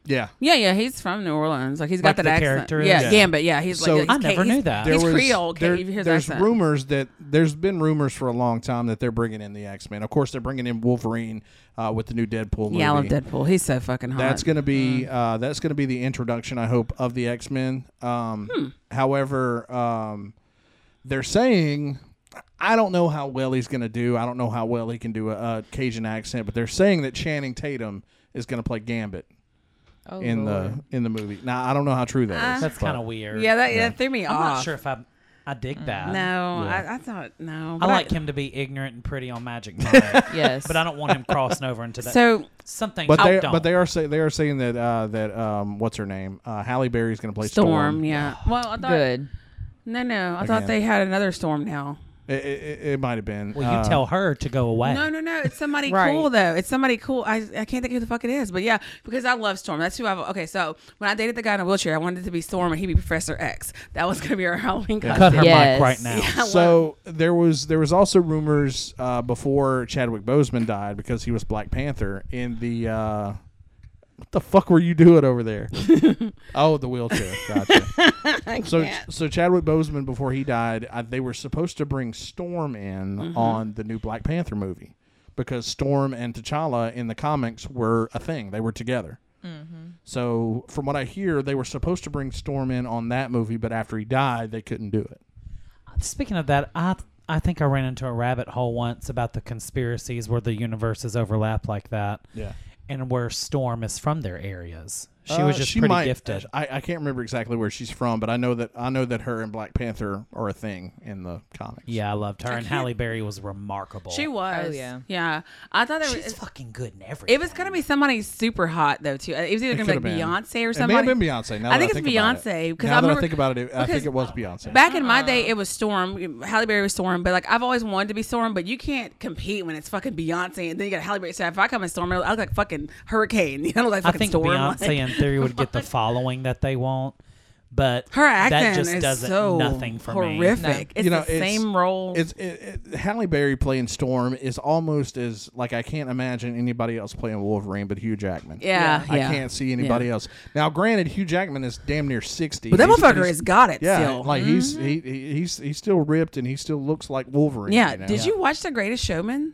Yeah.
yeah, yeah, he's from New Orleans. Like he's got
Like
that
the
accent.
character is?
yeah,
Yeah.
Gambit. Yeah, he's
So-
like he's
I never
he's-
knew that.
He's
There was-
Creole. Okay,
there-
you hear his
there's
accent.
rumors that there's been rumors for a long time that they're bringing in the X Men. Of course, they're bringing in Wolverine uh, with the new Deadpool movie.
Yeah, I love Deadpool. Mm-hmm. He's so fucking hot.
That's gonna be uh, that's gonna be the introduction, I hope, of the X Men. Um,
Hmm.
However, um, they're saying I don't know how well he's gonna do. I don't know how well he can do a, a Cajun accent, but they're saying that Channing Tatum is gonna play Gambit
Oh,
in
Lord.
the in the movie. Now I don't know how true
Uh,
that is.
That's
but-
kind of weird.
Yeah, that, that threw me
I'm
off. Mm,
not sure if I I dig that.
No, I, I thought no.
I
But
like him to be ignorant and pretty on Magic Mike,
Yes.
but I don't want him crossing over into that.
So
something,
But they,
don't.
but they are say they are saying that uh, that um, what's her name uh, Halle Berry's going to play Storm.
storm. Yeah. Well, I thought
Good.
No, no. I thought
Again.
they had another storm now.
It, it- it, it might have been.
Well, you
uh,
tell her to go away.
No, no, no. It's somebody
Right.
cool though. It's somebody cool. I, I can't think who the fuck it is, but yeah, because I love Storm. That's who I've. Okay, so when I dated the guy in a wheelchair, I wanted it to be Storm and he'd be Professor X. That was gonna be our Halloween
Cut
costume.
her
Yes.
mic right now.
So there was there was also rumors uh, before Chadwick Boseman died because he was Black Panther in the uh, What the fuck were you doing over there? oh, the wheelchair. Gotcha. so, so Chadwick Boseman, before he died, I, they were supposed to bring Storm in on the new Black Panther movie because Storm and T'Challa in the comics were a thing; they were together. So, from what I hear, they were supposed to bring Storm in on that movie, but after he died, they couldn't do it.
Speaking of that, I I think I ran into a rabbit hole once about the conspiracies where the universes overlap like that,
Yeah. Uh,
and where Storm is from their areas. She was just pretty gifted.
I, I can't remember exactly where she's from, but I know that I know that her and Black Panther are a thing in the comics.
yeah, I loved her, and Halle Berry was remarkable.
She was.
Oh, yeah.
Yeah. I thought it
she's
was.
fucking good in everything.
It was gonna be somebody super hot though too. It was either gonna be like
could've been.
Beyonce or
It may
somebody.
have been Beyonce. Now
I
that
think it's
about it.
Beyonce, 'cause
now
I
that I
remember-
think about it, I
because
think it was Beyonce.
Back in my
Uh-uh.
day, it was Storm. Halle Berry was Storm, but like I've always wanted to be Storm, but you can't compete when it's fucking Beyonce and then you got Halle Berry. So if I come as Storm, I look like fucking Hurricane. You know, I look like
I
fucking
think
Storm.
Beyonce
like-
in theory would get the following that they want, but
her acting
that just
is
doesn't
so
nothing for
horrific.
me.
It's
you know,
the
it's-
same role.
It's it, it, Halle Berry playing Storm is almost as like I can't imagine anybody else playing Wolverine but Hugh Jackman.
yeah, yeah.
I can't see anybody else. Now, granted, Hugh Jackman is damn near sixty,
But that
He's-
motherfucker
he's-
has got it
Yeah,
still. Mm-hmm.
like he's he, he he's he's still ripped and he still looks like Wolverine.
yeah.
know?
Did you watch The Greatest Showman?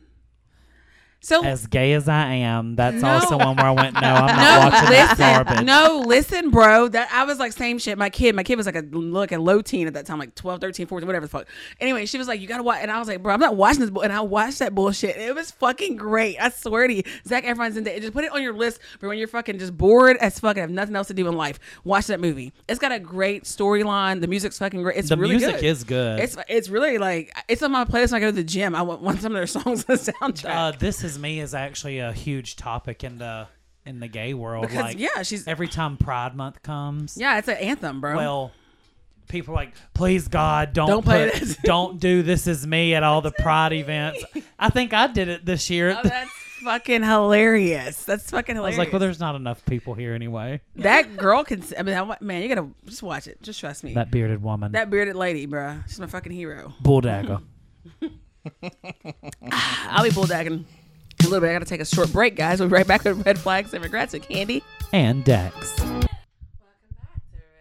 So
As gay as I am, that's
No.
also one where I went, no, I'm
No,
not watching that garbage.
No, listen, bro. That I was like same shit. My kid, my kid was like a look a low teen at that time, like 12, 13, 14, whatever the fuck. Anyway, she was like, "You gotta watch," and I was like, "Bro, I'm not watching this." bull-" And I watched that bullshit. It was fucking great. I swear to you, Zach Efron's in there. Just put it on your list for when you're fucking just bored as fuck and have nothing else to do in life. Watch that movie. It's got a great storyline. The music's fucking great. It's
The
really
music
good.
is good.
It's it's really like it's on my playlist when I go to the gym. I want, want some of their songs on the soundtrack.
Uh, this is me is actually a huge topic in the in the gay world.
Because,
like,
yeah, she's-
every time Pride Month comes.
yeah, it's an anthem, bro.
Well, people are like, please God, don't
Don't play
put-
this."
don't do this is me at all the Pride events. I think I did it this year.
Oh, that's fucking hilarious. That's fucking
I
hilarious.
was like, well, there's not enough people here anyway.
that girl can. I mean, I, want- man, you gotta just watch it. Just trust me. That,
That bearded woman, that
bearded lady, bruh. she's my fucking hero.
bull dagger.
I'll be bulldagging in a little bit. I gotta take a short break, guys. We'll be right back with red flags and regrets with Candy.
and Dex,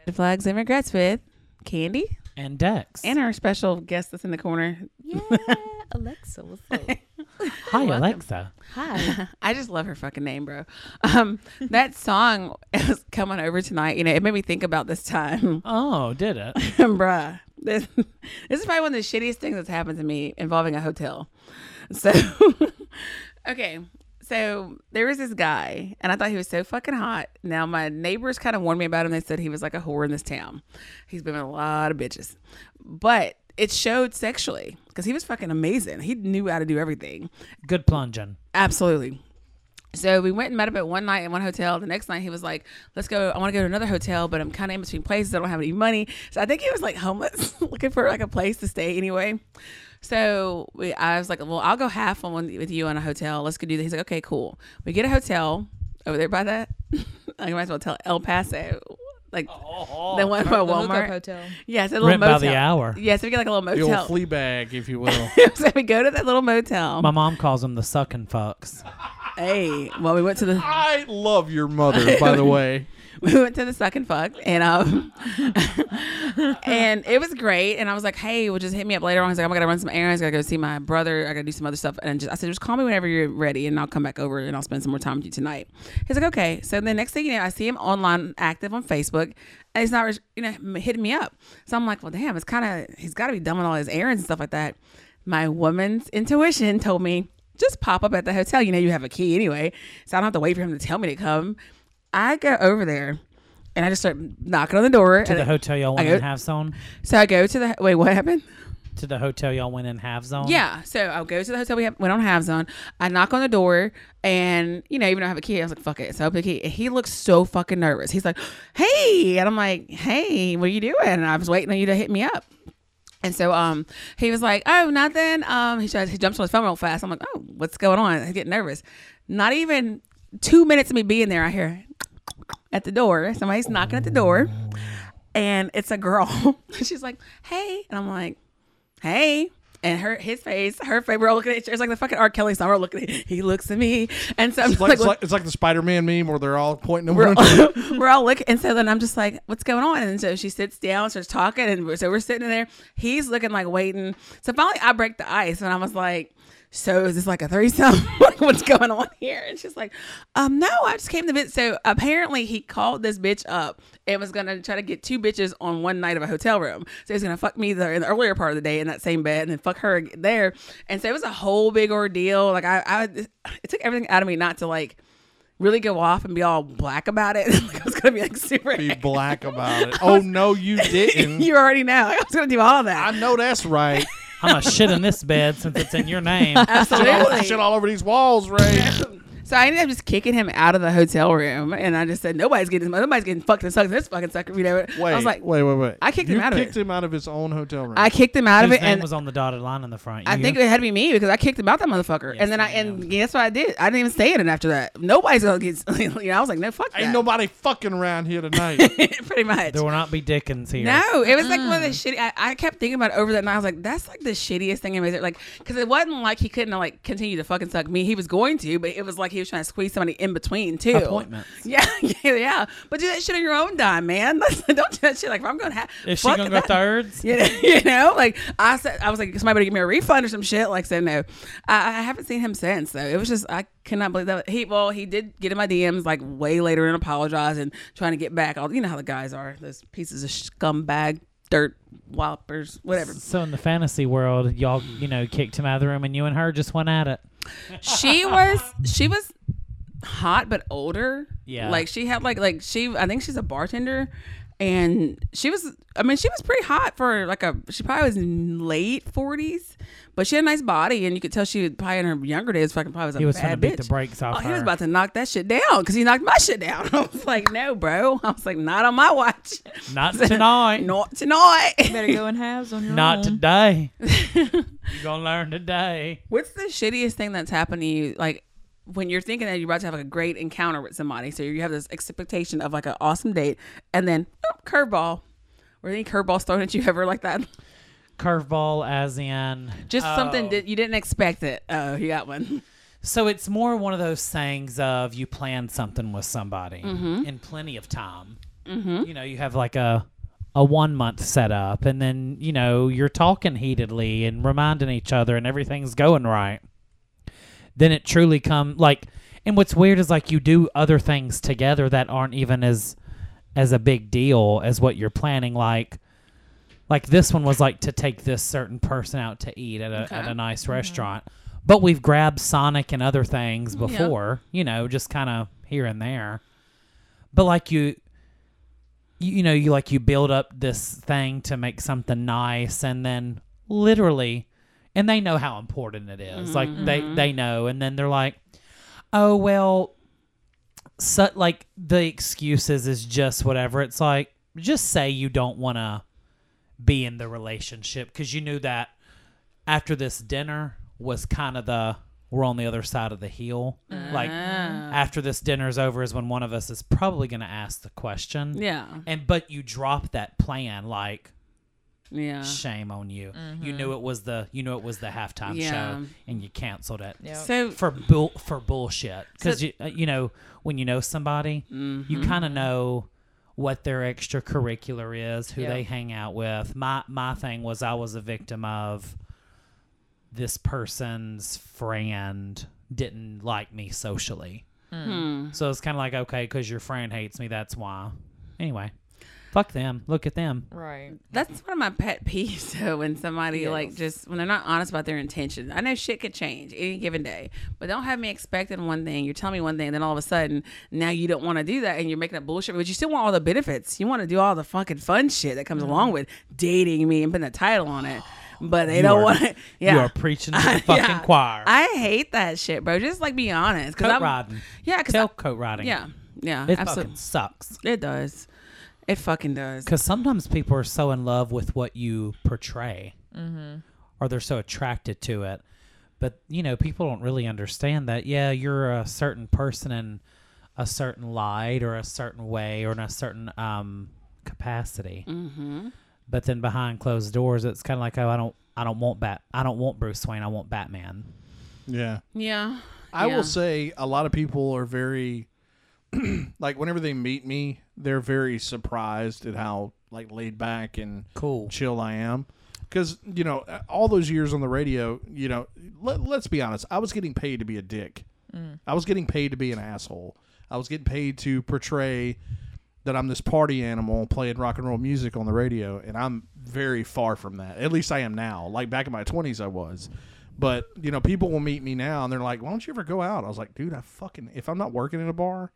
Red flags and regrets with Candy
and Dex.
and our special guest that's in the corner.
Yeah, Alexa, what's up?
Hi, Alexa.
Hi.
I just love her fucking name, bro. Um, that song is coming over tonight. You know, it made me think about this time.
Oh, did it?
bruh this, this is probably one of the shittiest things that's happened to me involving a hotel so okay so there was this guy and i thought he was so fucking hot now my neighbors kind of warned me about him they said he was like a whore in this town he's been with a lot of bitches but it showed sexually because he was fucking amazing he knew how to do everything
Good plunging.
Absolutely. So we went and met up at one night in one hotel. The next night he was like, "Let's go. I want to go to another hotel, but I'm kind of in between places. I don't have any money." So I think he was like homeless, looking for like a place to stay anyway. So we, I was like, "Well, I'll go half on one with you in a hotel. Let's go do that." He's like, "Okay, cool." We get a hotel over there by that. I might as well tell El Paso, like the one by Walmart.
hotel.
Yeah, it's a little
Rent by
motel.
the hour.
Yeah, so we get like a little
the old
motel.
flea bag, if you will?
so we go to that little motel.
My mom calls them the sucking fucks.
Hey, well, we went to the.
I love your mother, by the way.
we went to the suck and fuck and um and it was great and i was like hey well just hit me up later on he's like i'm gonna run some errands gotta go see my brother i gotta do some other stuff and just i said just call me whenever you're ready and i'll come back over and i'll spend some more time with you tonight he's like okay so the next thing you know i see him online active on facebook and he's not you know m- hitting me up so i'm like well damn it's kind of he's gotta be done with all his errands and stuff like that my woman's intuition told me just pop up at the hotel you know you have a key anyway so i don't have to wait for him to tell me to come I go over there and I just start knocking on the door.
To
and
the
I-
hotel y'all went
I go-
in half zone.
So I go to the wait, what happened?
To the hotel y'all went in half zone.
Yeah. So I'll go to the hotel we have we don't have zone. I knock on the door and you know, even though I have a key, I was like, fuck it. So I open the key. And he looks so fucking nervous. He's like, Hey and I'm like, Hey, what are you doing? And I was waiting on you to hit me up. And so um he was like, Oh, nothing. Um he tries, he jumps on his phone real fast. I'm like, Oh, what's going on? I get nervous. Not even two minutes of me being there, I hear at the door. Somebody's knocking at the door. And it's a girl. She's like, Hey. And I'm like, Hey. and her his face, her face. We're all looking at each other. It's like the fucking R. Kelly song. We're all looking at. He looks at me, and so I'm
It's like,
like,
it's, like, it's like the Spider-Man meme where they're all pointing at
we're
one.
all, we're all looking, and so then I'm just like, "What's going on?" And so she sits down, starts talking, and we're- so we're sitting there. He's looking like waiting. So finally, I break the ice, and I was like, "So is this like a threesome? Like, What's going on here?" And she's like, "Um, no, I just came to visit." So apparently, he called this bitch up and was gonna try to get two bitches on one night of a hotel room. So he's gonna fuck me there in the earlier part of the day in that same bed, and then fuck her there. And so it was a whole big ordeal. Like I, I it took everything out of me not to like really go off and be all black about it. like I was gonna be like super.
Be black about it. Oh no, you didn't.
you already know. I was gonna do all
I
that.
know that's right.
I'm gonna shit in this bed since it's in your name.
Shit all,
Absolutely.
shit all over these walls, Ray.
So I ended up just kicking him out of the hotel room, and I just said nobody's getting nobody's getting fucked and sucked. This fucking sucker, you know.
Wait,
I was like,
wait, wait, wait.
I kicked
You
him out of it.
kicked him out of his own hotel room.
I kicked him out of
Whose
it,
name
and
was on the dotted line in the front.
I
You?
think it had to be me because I kicked him out that motherfucker.
Yes,
and then I
ma'am.
and guess what I did? I didn't even stay in it after that. Nobody's gonna get. You know, I was like, no, fuck
Ain't
that.
nobody fucking around here tonight.
Pretty much.
there will not be Dickens here.
No, it was like one of the shitty. I, I kept thinking about it over that night. I was like, that's like the shittiest thing in music. Like, because it wasn't like he couldn't like continue to fucking suck me. He was going to, but it was like he was trying to squeeze somebody in between too.
Appointments.
Yeah, yeah, yeah. But do that shit on your own dime, man. don't do that shit. Like, if I'm going to have,
Is she gonna go thirds?
you know, you know, like I said, I was like, somebody better give me a refund or some shit. Like, so no, I, I haven't seen him since. So it was just, I could not believe that he. Well, he did get in my DMs like way later and apologize and trying to get back. All you know how the guys are, those pieces of scumbag, dirt whoppers, whatever.
So in the fantasy world, y'all, you know, kicked him out of the room, and you and her just went at it.
she was, she was hot but older.
Yeah.
like she had like like she. I think she's a bartender. And she was, I mean, she was pretty hot for like a, she probably was in late 40s, but she had a nice body. And you could tell she was probably in her younger days, fucking probably was a
He was
bad
trying to
bitch.
beat the brakes off
Oh, he was
her.
about to knock that shit down because he knocked my shit down. I was like, no, bro. I was like, not on my watch.
Not tonight.
Not tonight.
Better go in halves on your
Not
own.
today. you gonna learn today.
What's the shittiest thing that's happened to you? Like when you're thinking that you're about to have like a great encounter with somebody, so you have this expectation of like an awesome date, and then oh, curveball. Were there any curveballs thrown at you ever like that?
Curveball, as in
Just something
Oh.
that you didn't expect it. Oh, you got one.
So it's more one of those things of you plan something with somebody in plenty of time. You know, you have like a a one month setup, and then you know you're talking heatedly and reminding each other, and everything's going right. Then it truly come like, and what's weird is like you do other things together that aren't even as as a big deal as what you're planning. Like, like this one was like to take this certain person out to eat at a at a nice restaurant, but we've grabbed Sonic and other things before, you know, just kind of here and there. But like you, you you know, you like you build up this thing to make something nice, and then literally, and they know how important it is. Like they they know, and then they're like, oh well, so, like the excuses is just whatever. It's like just say you don't want to be in the relationship because you knew that after this dinner was kind of the we're on the other side of the heel. Like
Uh-huh.
after this dinner's over is when one of us is probably going to ask the question.
Yeah,
And but you drop that plan like
yeah. Mm-hmm.
shame on you. You knew it was the you knew it was the halftime
Yeah.
show and you canceled it
So
for bull for bullshit because
So-
you uh, you know when you know somebody you
mm-hmm.
kind of know what their extracurricular is who they hang out with my my thing was i was a victim of this person's friend didn't like me socially
Hmm.
Hmm.
so it's kind of like okay because your friend hates me that's why anyway fuck them look at them
Right.
That's one of my pet peeves. though, when somebody like just when they're not honest about their intentions, I know shit could change any given day, but don't have me expecting one thing. You're telling me one thing, then all of a sudden now you don't want to do that, and you're making up bullshit. But you still want all the benefits. You want to do all the fucking fun shit that comes along with dating me and putting a title on it. But they don't
are-
want to. Yeah,
Mm-hmm. you are preaching to the fucking
Yeah.
choir
I hate that shit, bro. Just like be honest.
coat
I'm-
riding
Yeah, because
tell coat riding
yeah, yeah,
it
absolutely.
fucking sucks
It does. It fucking does.
Because sometimes people are so in love with what you portray,
Mm-hmm.
or they're so attracted to it. But you know, people don't really understand that. Yeah, you're a certain person in a certain light, or a certain way, or in a certain um, capacity. Mm-hmm. But then behind closed doors, it's kind of like, oh, I don't I don't want Bat. I don't want Bruce Wayne. I want Batman.
Yeah.
Yeah.
I
Yeah.
will say a lot of people are very like whenever they meet me, they're very surprised at how like laid back and
Cool.
chill I am. Cuz you know, all those years on the radio, you know, let, let's be honest, I was getting paid to be a dick. I was getting paid to be an asshole. I was getting paid to portray that I'm this party animal playing rock and roll music on the radio, and I'm very far from that. At least I am now. Like back in my 20s, I was. But you know, people will meet me now, and they're like, "Why don't you ever go out?" I was like, "Dude, I fucking if I'm not working in a bar,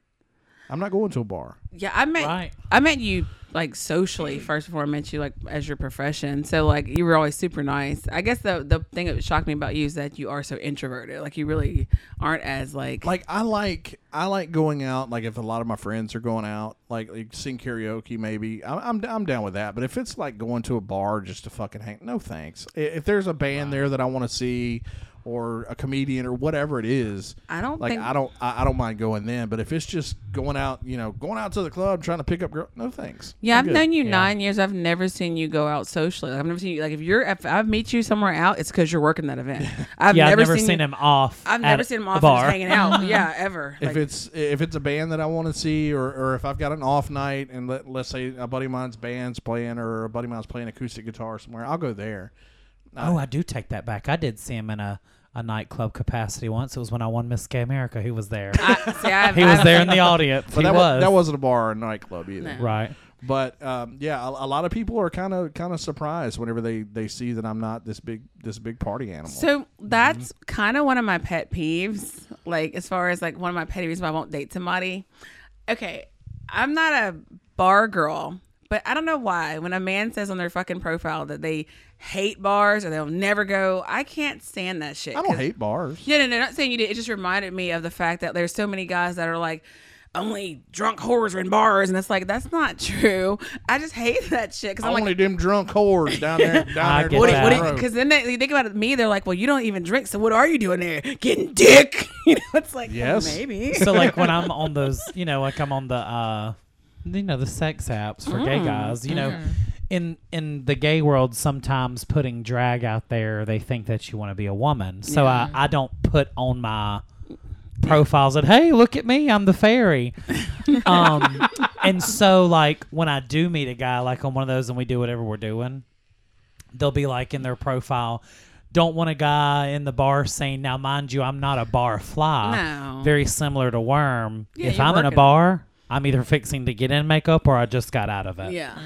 I'm not going to a bar."
Yeah, I met
Right. Mm.
I met you like socially first before I met you like as your profession. So like you were always super nice. I guess the the thing that shocked me about you is that you are so introverted. Like you really aren't as like
Like I like I like going out. Like if a lot of my friends are going out, like, like sing karaoke, maybe I'm, I'm I'm down with that. But if it's like going to a bar just to fucking hang, no thanks. I- If there's a band there that I want to see, or a comedian or whatever it is,
I don't
like
think-
I don't I, I don't mind going then. But if it's just going out, you know, going out to the club trying to pick up girl, no thanks.
Yeah,
I'm
I've
good.
known you nine years. I've never seen you go out socially. I've never seen you like if you're if I meet you somewhere out, it's because you're working that event. I've
yeah,
never,
I've never seen,
you-
him off.
I've
at
never seen him
a
off and just
bar.
hanging out. yeah, ever.
if
Like,
it's if it's a band that I want to see, or, or if I've got an off night, and let let's say a buddy of mine's band's playing, or a buddy of mine's playing acoustic guitar somewhere, I'll go there.
Oh, I do take that back. I did see him in a, a nightclub capacity once. It was when I won Miss Gay America. He was there.
I, see, I've,
he was there in the audience.
But
he
that
was.
that wasn't a bar or a nightclub either.
right.
But um, yeah, a, a lot of people are kind of kind of surprised whenever they they see that I'm not this big this big party animal.
So that's kind of one of my pet peeves. Like as far as like one of my pet peeves, why I won't date somebody. Okay, I'm not a bar girl, but I don't know why when a man says on their fucking profile that they hate bars or they'll never go, I can't stand that shit.
I
'cause-
don't hate bars.
Yeah, no, no, not saying you did. It just reminded me of the fact that there's so many guys that are like, only drunk whores are in bars, and it's like that's not true. I just hate that shit because
I
I'm like,
wanted them drunk whores down there.
I
Down there. down
get that.
the
What do you-
road.
because then they, they think about it, me, they're like, well, you don't even drink, so what are you doing there? Getting dick? You know, it's like,
Yes.
yes, maybe.
So like when I'm on those, you know, like I'm on the, uh, you know, the sex apps for gay guys. You know, in in the gay world, sometimes putting drag out there, they think that you want to be a woman. So I I don't put on my profiles that hey look at me i'm the fairy um and so like when i do meet a guy like on one of those and we do whatever we're doing they'll be like in their profile don't want a guy in the bar saying now mind you i'm not a bar fly
No.
very similar to worm
Yeah,
if
you're
i'm in a
working.
bar i'm either fixing to get in makeup or i just got out of it
yeah,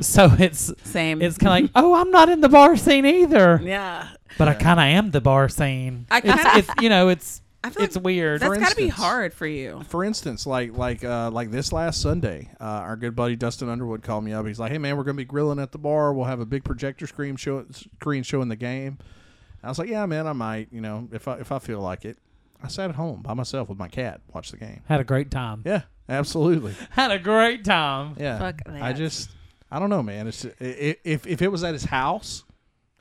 so it's
same.
it's kind of like oh i'm not in the bar scene either
yeah,
but i kind of am the bar scene
I kinda-
it's, it's you know it's
I feel
it's
like
weird
that's got to be
instance-
hard for you.
for instance, like like uh, like this last Sunday, uh, our good buddy Dustin Underwood called me up. He's like, "Hey man, we're gonna be grilling at the bar. We'll have a big projector screen show screen showing the game." I was like, "Yeah, man, I might. You know, if I if I feel like it." I sat at home by myself with my cat, watched the game.
had a great time
Yeah, absolutely.
had a great time.
Yeah,
Fuck
I
that.
just I don't know, man. It's i- i- if if it was at his house,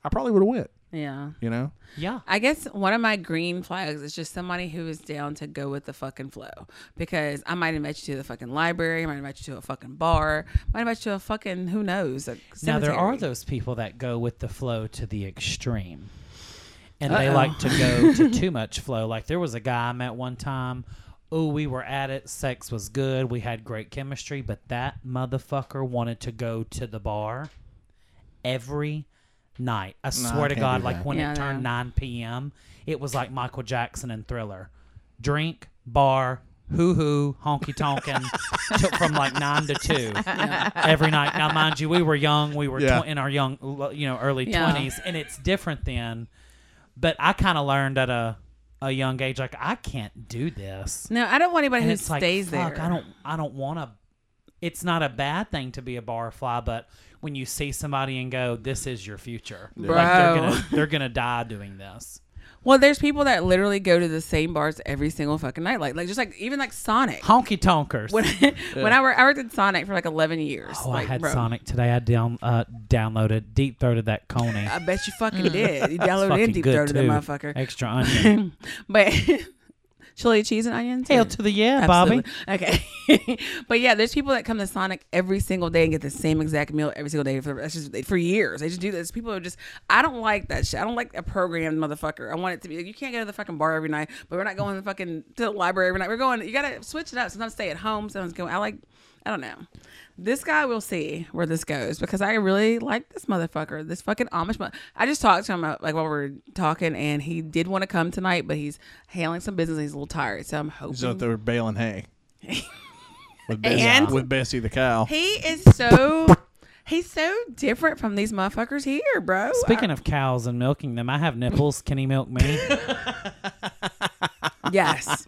I probably would have went.
Yeah.
You know,
Yeah.
I guess one of my green flags is just somebody who is down to go with the fucking flow. Because I might invite you to the fucking library, I might invite you to a fucking bar, might invite you to a fucking who knows. A
Now there are
cemetery.
those people that go with the flow to the extreme. And they like to go to too much flow. Like there was a guy I met one time. Oh, we were at it. Sex was good. We had great chemistry, but that motherfucker wanted to go to the bar every night. I swear to
can't
God,
do
like
that.
when
Yeah, I
it turned
know.
9 p.m., it was like Michael Jackson and Thriller. Drink, bar, hoo hoo, honky tonkin' took from like 9 to 2 every night. Now, mind you, we were young. We were
Yeah.
tw- in our young, you know, early
Yeah.
20s, and it's different then. But I kind of learned at a, a young age, like, I can't do this.
No, I don't want anybody
And
who
it's like,
stays
fuck,
there.
I don't, I don't want to. It's not a bad thing to be a bar fly, but when you see somebody and go, "This is your future," like they're
Bro.
gonna, they're gonna die doing this.
Well, there's people that literally go to the same bars every single fucking night. Like, like just like even like Sonic.
Honky tonkers.
When when I worked, I worked at Sonic for like 11 years.
oh,
like,
I had
bro,
Sonic today. I down, uh, downloaded deep throated that Coney.
I bet you fucking did. You downloaded
Mm. Fucking
in deep
good,
throated that
too.
motherfucker.
Extra onion.
But chili cheese and onions?
Hail
or-
to the yeah, Bobby.
Absolutely. Okay. but yeah, there's people that come to Sonic every single day and get the same exact meal every single day for that's just for years. They just do this. People are just I don't like that shit. I don't like a programmed motherfucker. I want it to be like you can't go to the fucking bar every night, but we're not going to the fucking to the library every night. We're going you gotta switch it up. Sometimes stay at home, sometimes go I like I don't know. This guy we'll see where this goes because I really like this motherfucker. This fucking Amish mo- I just talked to him uh, like while we were talking and he did want to come tonight, but he's handling some business and he's a little tired. So I'm hoping
He's out there baling hay. with, Bessie,
And-
with Bessie the cow.
He is so he's so different from these motherfuckers here, bro.
Speaking of cows and milking them, I have nipples. Can he milk me?
yes,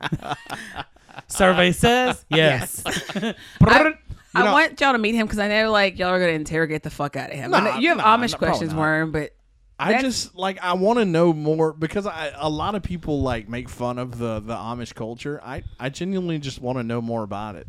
Survey says yes.
I, I
know-
want y'all to meet him because I know like y'all are gonna interrogate the fuck out of him. I
Nah,
know- you have
nah,
Amish
nah, probably
questions,
not.
Worm, but
I
That's-
just like I want to know more because I a lot of people like make fun of the the Amish culture. I I genuinely just want to know more about it.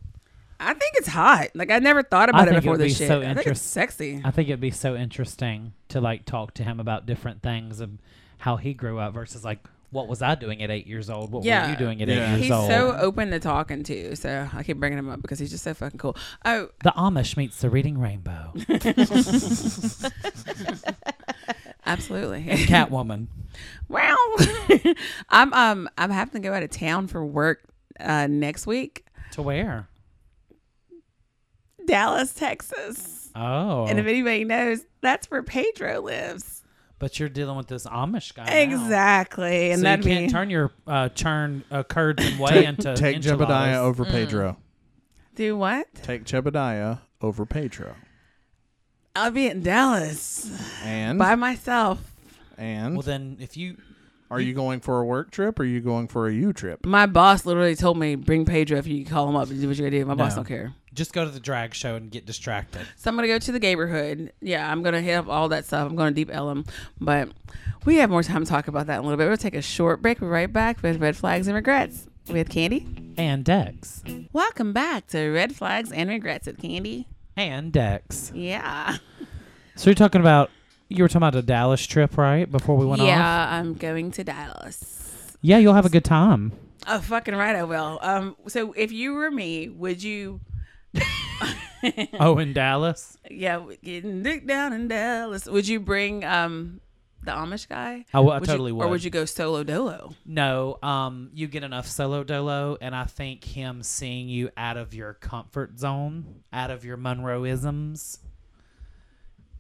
I think it's hot. Like I never thought about it
think it
before
would
this
be
shit.
so
I think it's
interest-
sexy.
I think it'd be so interesting to like talk to him about different things of how he grew up versus like what was I doing at eight years old? What were
Yeah.
you doing at
Yeah.
eight years
He's
old?
so open to talking to, so I keep bringing him up because he's just so fucking cool. Oh,
the Amish meets the Reading Rainbow.
absolutely.
Catwoman.
Wow. I'm um I'm having to go out of town for work uh, next week,
To where?
Dallas, Texas.
Oh,
And if anybody knows, that's where Pedro lives.
but you're dealing with this Amish guy. now.
Exactly. And
so
that
you
would
can't
be
turn your uh, churn uh, curds and whey into
Take
enchiladas.
Jebediah over Pedro.
do what?
Take Jebediah over Pedro.
I'll be in Dallas
And
by myself.
and
Well, then if you
are you going for a work trip or are you going for a U trip?
My boss literally told me, bring Pedro if you call him up and do what you're gonna do. My boss
No.
don't care.
just go to the drag show and get distracted.
So I'm gonna go to the neighborhood. Yeah, I'm gonna hit up all that stuff. I'm going to deep Ellum. But we have more time to talk about that in a little bit. We'll take a short break. We're right back with red flags and regrets with Candy.
And Dex.
Welcome back to Red Flags and Regrets with Candy.
And Dex.
Yeah.
So you're talking about you were talking about a Dallas trip, right? Before we went off.
yeah, I'm going to Dallas.
Yeah, you'll have a good time.
Oh, fucking right, I will. Um, so if you were me, would you?
oh, in Dallas,
Yeah, we getting dick down in Dallas. Would you bring um the Amish guy?
I w- I
you-
totally would.
Or uh, would you go solo dolo?
no. Um, you get enough solo dolo, and I think him seeing you out of your comfort zone, out of your Monroeisms,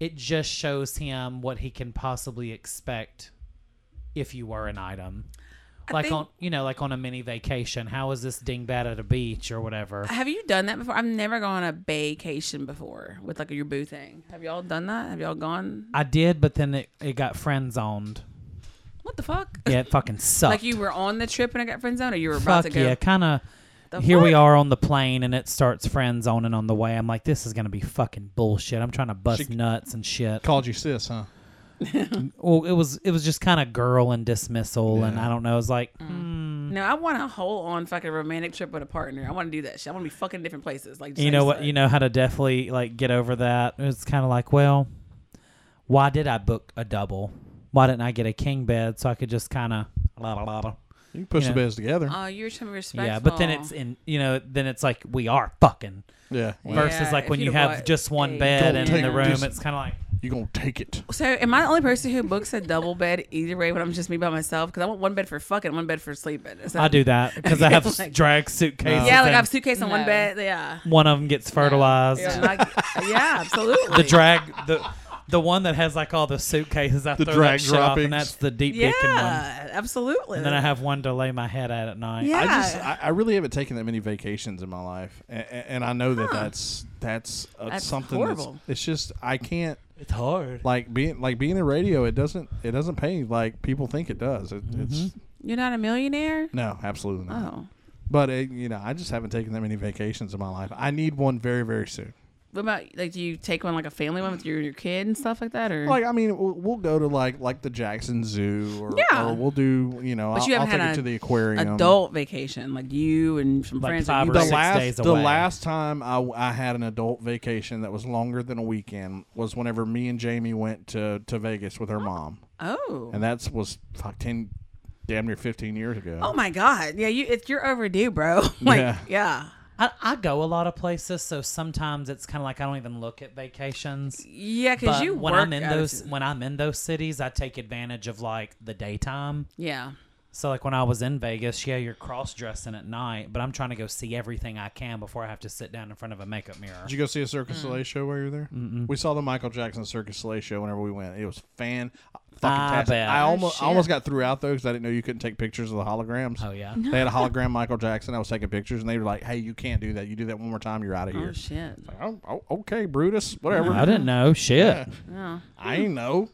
it just shows him what he can possibly expect if you were an item. Like
think-
on you know, like on a mini vacation. How is this dingbat at a beach or whatever?
Have you done that before? I've never gone on a vacation before with like your boo thing. Have y'all done that? Have y'all gone?
I did, but then it, it got friend zoned.
What the fuck?
Yeah, it fucking sucked.
Like you were on the trip and I got friend zone, or you were about
Fuck
to go?
yeah, kind of.
The
Here we
fuck?
are on the plane, and it starts friend zoning on the way. I'm like, this is gonna be fucking bullshit. I'm trying to bust
She-
nuts and shit.
Called you sis, huh?
Well, it was it was just kind of girl and dismissal, and I don't know. It was like, mm.
No, I want a whole on fucking romantic trip with a partner. I want to do that shit. I want to be fucking different places. Like just
you
like
know
you
what?
said.
You know how to definitely like get over that. It's kind of like, well, why did I book a double? Why didn't I get a king bed so I could just kind of la la la. la.
You can push
Yeah.
the beds together.
Oh, you were trying to be respectful.
Yeah, but then it's in you know then it's like we are fucking
yeah. Like,
versus
Yeah,
like
if
when
you'd
you
have
have
bought
just
a-
one bed
Don't
and in
take
the room,
this-
it's kind of like.
You gonna take it.
So, am I the only person who books a double bed either way when I'm just me by myself? Because I want one bed for fucking, one bed for sleeping. Is that-
I do that because I have s-
Like-
drag suitcases.
Yeah, like I
and
have a suitcase on one
No.
bed. Yeah.
one of them gets fertilized.
Yeah, like- yeah, absolutely.
The drag the the one that has like all the suitcases. I
The
throw
drag
that shit off,
droppings.
and that's the deep
Yeah,
dicking one.
absolutely.
And then I have one to lay my head at at night.
yeah.
I just I, I really haven't taken that many vacations in my life, and, and I know that that's that's, uh,
That's
something
horrible.
that's it's just I can't
It's hard.
like being like being in radio. It doesn't it doesn't pay like people think it does. It, It's
You're not a millionaire?
no, absolutely not.
Mm-hmm. Oh.
But it, you know, I just haven't taken that many vacations in my life. I need one very very soon.
What about, like, do you take one, like a family one with your, your kid and stuff like that? Or
Like I mean, we'll, we'll go to like like the Jackson Zoo, or,
Yeah.
or we'll do you know,
But
I'll,
you
I'll
haven't
take
had
it
a
to the aquarium.
adult vacation, like you and some
Like
friends.
five
that you
or
the
six
booked?
last
days
the
away.
last time I, I had an adult vacation that was longer than a weekend was whenever me and Jamie went to to Vegas with her mom,
Oh.
and that's was fuck ten damn near 15 years ago.
Oh my god. Yeah, you it's you're overdue, bro. like
Yeah.
yeah.
I, I go a lot of places, so sometimes it's kind of like I don't even look at vacations.
Yeah, cuz
But
you
when
work
I'm in
out of
those
season.
when I'm in those cities, I take advantage of like the daytime.
Yeah.
So like when I was in Vegas, yeah, you're cross dressing at night, but I'm trying to go see everything I can before I have to sit down in front of a makeup mirror.
Did you go see a Circus Soleil show while you were there? Mm-mm. We saw the Michael Jackson Circus Soleil show whenever we went. It was fan
I
fucking
bet.
I
Oh,
almost I almost got threw out though because I didn't know you couldn't take pictures of the holograms.
Oh yeah.
They had a hologram Michael Jackson. I was taking pictures, and they were like, "Hey, you can't do that. You do that one more time, you're out of here."
Oh shit.
Oh, oh, okay, Brutus. Whatever.
I didn't know shit.
I ain't know.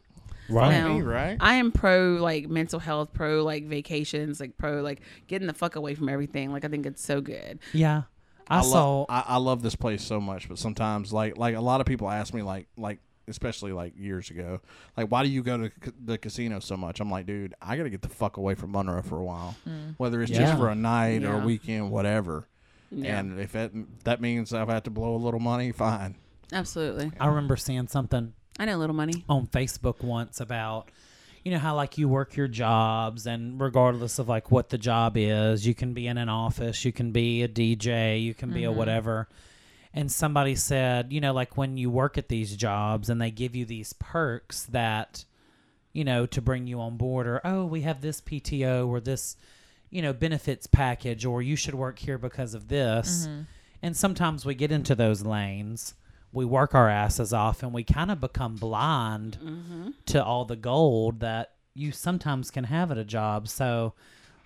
Right.
Now,
me, right?
I am pro like mental health, pro like vacations, like pro like getting the fuck away from everything. Like I think it's so good.
Yeah. I,
I
saw
love I, I love this place so much, but sometimes like like a lot of people ask me like like especially like years ago like why do you go to ca- the casino so much i'm like dude i gotta get the fuck away from monroe for a while whether it's just
Yeah.
for a night or a
Mm. Yeah.
weekend whatever
Yeah.
and if it, that means i've had to blow a little money fine
Absolutely.
I remember seeing something
I know little money.
on Facebook once about you know how like you work your jobs and regardless of like what the job is, you can be in an office, you can be a DJ, you can be a whatever. And somebody said, you know, like when you work at these jobs and they give you these perks that you know to bring you on board or oh, we have this PTO or this you know benefits package or you should work here because of this. And sometimes we get into those lanes. We work our asses off and we kind of become blind
Mm-hmm.
to all the gold that you sometimes can have at a job. So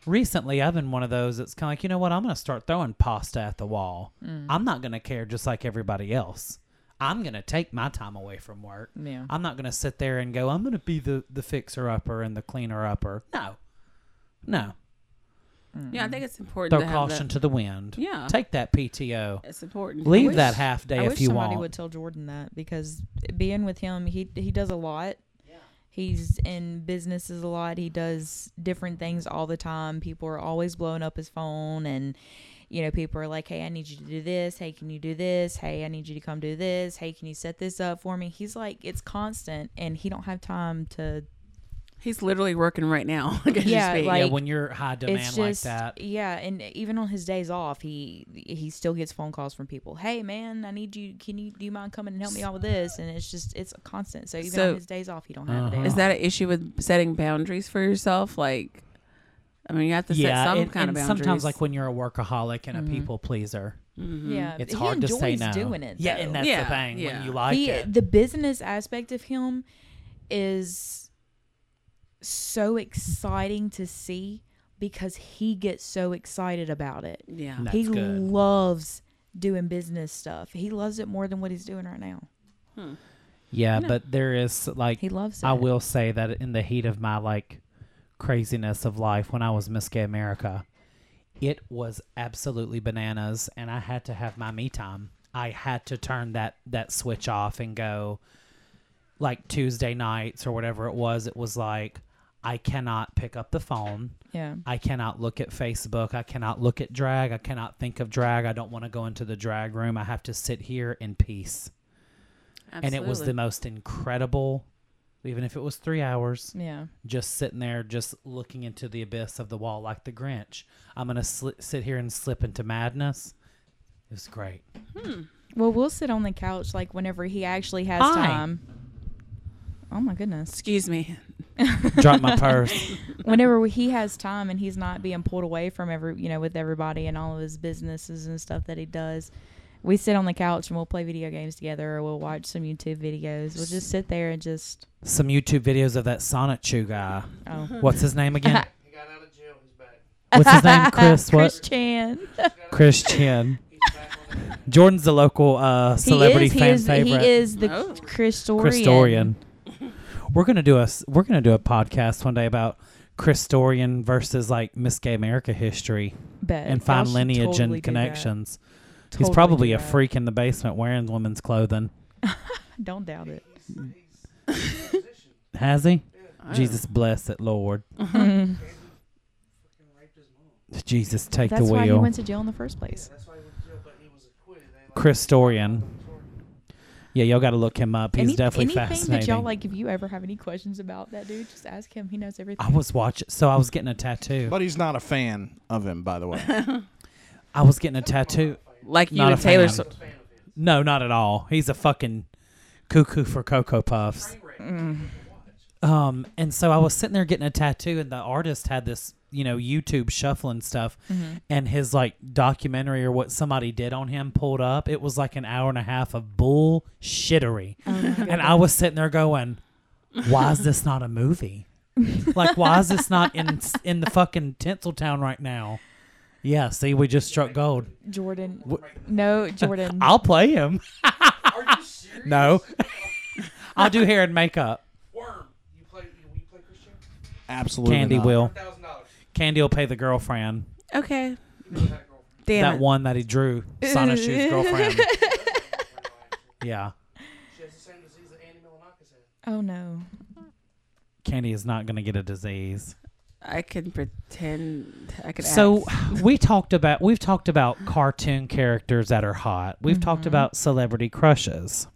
recently I've been one of those that's kind of like, you know what? I'm going to start throwing pasta at the wall.
Mm.
I'm not going to care just like everybody else. I'm going to take my time away from work.
Yeah.
I'm not going to sit there and go, I'm going to be the, the fixer upper and the cleaner upper. No. No.
Yeah, I think it's important
Throw
to have
caution to the wind.
Yeah.
Take that PTO.
that. It's important.
Leave
wish-
that half day
I
if
wish
you
somebody
want.
would tell Jordan that because being with him, he he does a lot. He's in businesses a lot. He does different things all the time. People are always blowing up his phone and you know, people are like, "Hey, I need you to do this. Hey, can you do this? Hey, I need you to come do this. Hey, can you set this up for me?" He's like, it's constant and he don't have time to
He's literally working right now. Like, I just
Yeah,
speak.
like-
yeah, when you're high demand like that.
Yeah, and even on his days off, he he still gets phone calls from people. Hey, man, I need you. Can you do you mind coming and help me out with this? And it's just it's constant. So even
So-
on his days off, he don't
Uh-huh.
have a day.
is
off.
that an issue with setting boundaries for yourself? Like, I mean, you have to set some
and,
kind
and
of boundaries.
sometimes like when you're a workaholic and a people pleaser,
yeah,
Mm-hmm. it's
Uh, he
hard to say
enjoys
no.
doing it.
yeah,
though.
and that's the
Yeah,
thing
yeah.
when you like
he
it.
the business aspect of him is so exciting to see because he gets so excited about it.
yeah,
No.
he
That's good.
loves doing business stuff. He loves it more than what he's doing right now.
yeah, but there is like
He loves it.
I will say that in the heat of my like craziness of life when I was Miss Gay America, it was absolutely bananas and I had to have my me time. I had to turn that that switch off and go like Tuesday nights or whatever it was, it was like I cannot pick up the phone.
Yeah.
I cannot look at Facebook. I cannot look at drag. I cannot think of drag. I don't want to go into the drag room. I have to sit here in peace.
absolutely.
And it was the most incredible, even if it was three hours,
Yeah.
just sitting there, just looking into the abyss of the wall like the Grinch. I'm going to sli- sit here and slip into madness. It was great.
Well, we'll sit on the couch like whenever he actually has
Hi.
time. Oh my goodness.
Excuse me.
Drop my purse.
Whenever he has time and he's not being pulled away from every, you know, with everybody and all of his businesses and stuff that he does, we sit on the couch and we'll play video games together or we'll watch some YouTube videos. We'll just sit there and just,
Some YouTube videos of that Sonic Chew guy.
oh.
What's his name again? What's his name? Chris. What?
Christian.
Christian. Jordan's the local uh, celebrity
he is, he
fan
is,
favorite.
He is the
Oh.
Christorian.
Christorian. We're gonna do a s- we're gonna do a podcast one day about Christorian versus like Miss Gay America history
Bet.
and
Uh, Y'all
find
should
lineage
totally
and
do that.
connections. He's
Totally
probably
do
a
that.
freak in the basement wearing women's clothing.
Don't doubt it.
Has he?
Uh.
Jesus bless it, Lord. Jesus, take
That's
the
why he
wheel.
went to jail in the first place.
Christorian. Yeah, y'all got to look him up. He's
Any-
definitely
anything
fascinating.
that y'all like, if you ever have any questions about that dude, just ask him. He knows everything.
I was watching, so I was getting a tattoo.
But he's not a fan of him, by the way.
I was getting a tattoo.
Like you
Not
and
a
Taylor.
fan. No, not at all. He's a fucking cuckoo for cocoa puffs.
Mm.
Um, and so I was sitting there getting a tattoo, and the artist had this, you know, YouTube shuffling stuff,
Mm-hmm.
and his like documentary or what somebody did on him pulled up. It was like an hour and a half of bullshittery,
Oh
and I was sitting there going, "Why is this not a movie? like, why is this not in in the fucking Tinseltown right now?" Yeah, see, we just struck gold.
Jordan. No, Jordan.
I'll play him. No. I'll do hair and makeup.
Absolutely.
Candy
not.
will. Candy will pay the girlfriend.
Okay. Damn
that
it.
one that he drew, Sana Shoe's girlfriend. yeah.
oh no.
Candy is not going to get a disease.
I can pretend. I could.
So
act.
we talked about we've talked about cartoon characters that are hot. We've
Mm-hmm.
talked about celebrity crushes.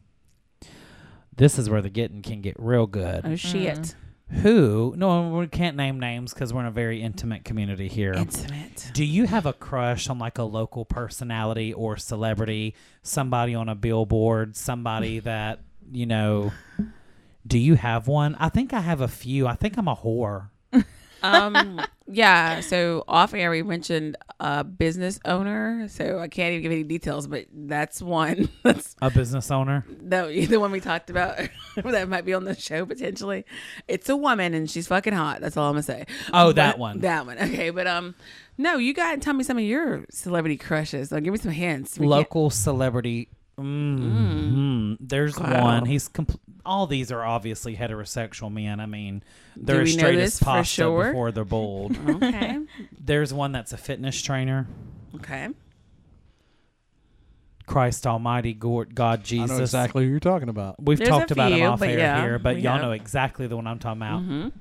This is where the getting can get real good.
oh shit.
Who? No, we can't name names because we're in a very intimate community here.
Intimate.
Do you have a crush on like a local personality or celebrity, somebody on a billboard, somebody that, you know, do you have one? I think I have a few. I think I'm a whore.
Um. yeah. So off air, we mentioned a business owner. So I can't even give any details, but that's one. That's
A business owner.
the the one we talked about that might be on the show potentially. It's a woman and she's fucking hot. That's all I'm gonna say.
Oh, that
But-
one.
That one. Okay, but um, no, you gotta tell me some of your celebrity crushes. Like, give me some hints. We can't-
Local celebrity. Mm, mm. There's
Wow.
one. He's compl- all these are obviously heterosexual men. I mean,
we
they're as
know
straight
this
as
for
pasta
sure? Oh.
before they're bold.
Okay.
There's one that's a fitness trainer.
okay.
Christ Almighty, God, God
I
Jesus.
know exactly who you're talking about.
We've
There's
talked
a
about
few,
him off
but
air
yeah, Mm-hmm.
here, but
we
y'all
know.
know exactly the one I'm talking about.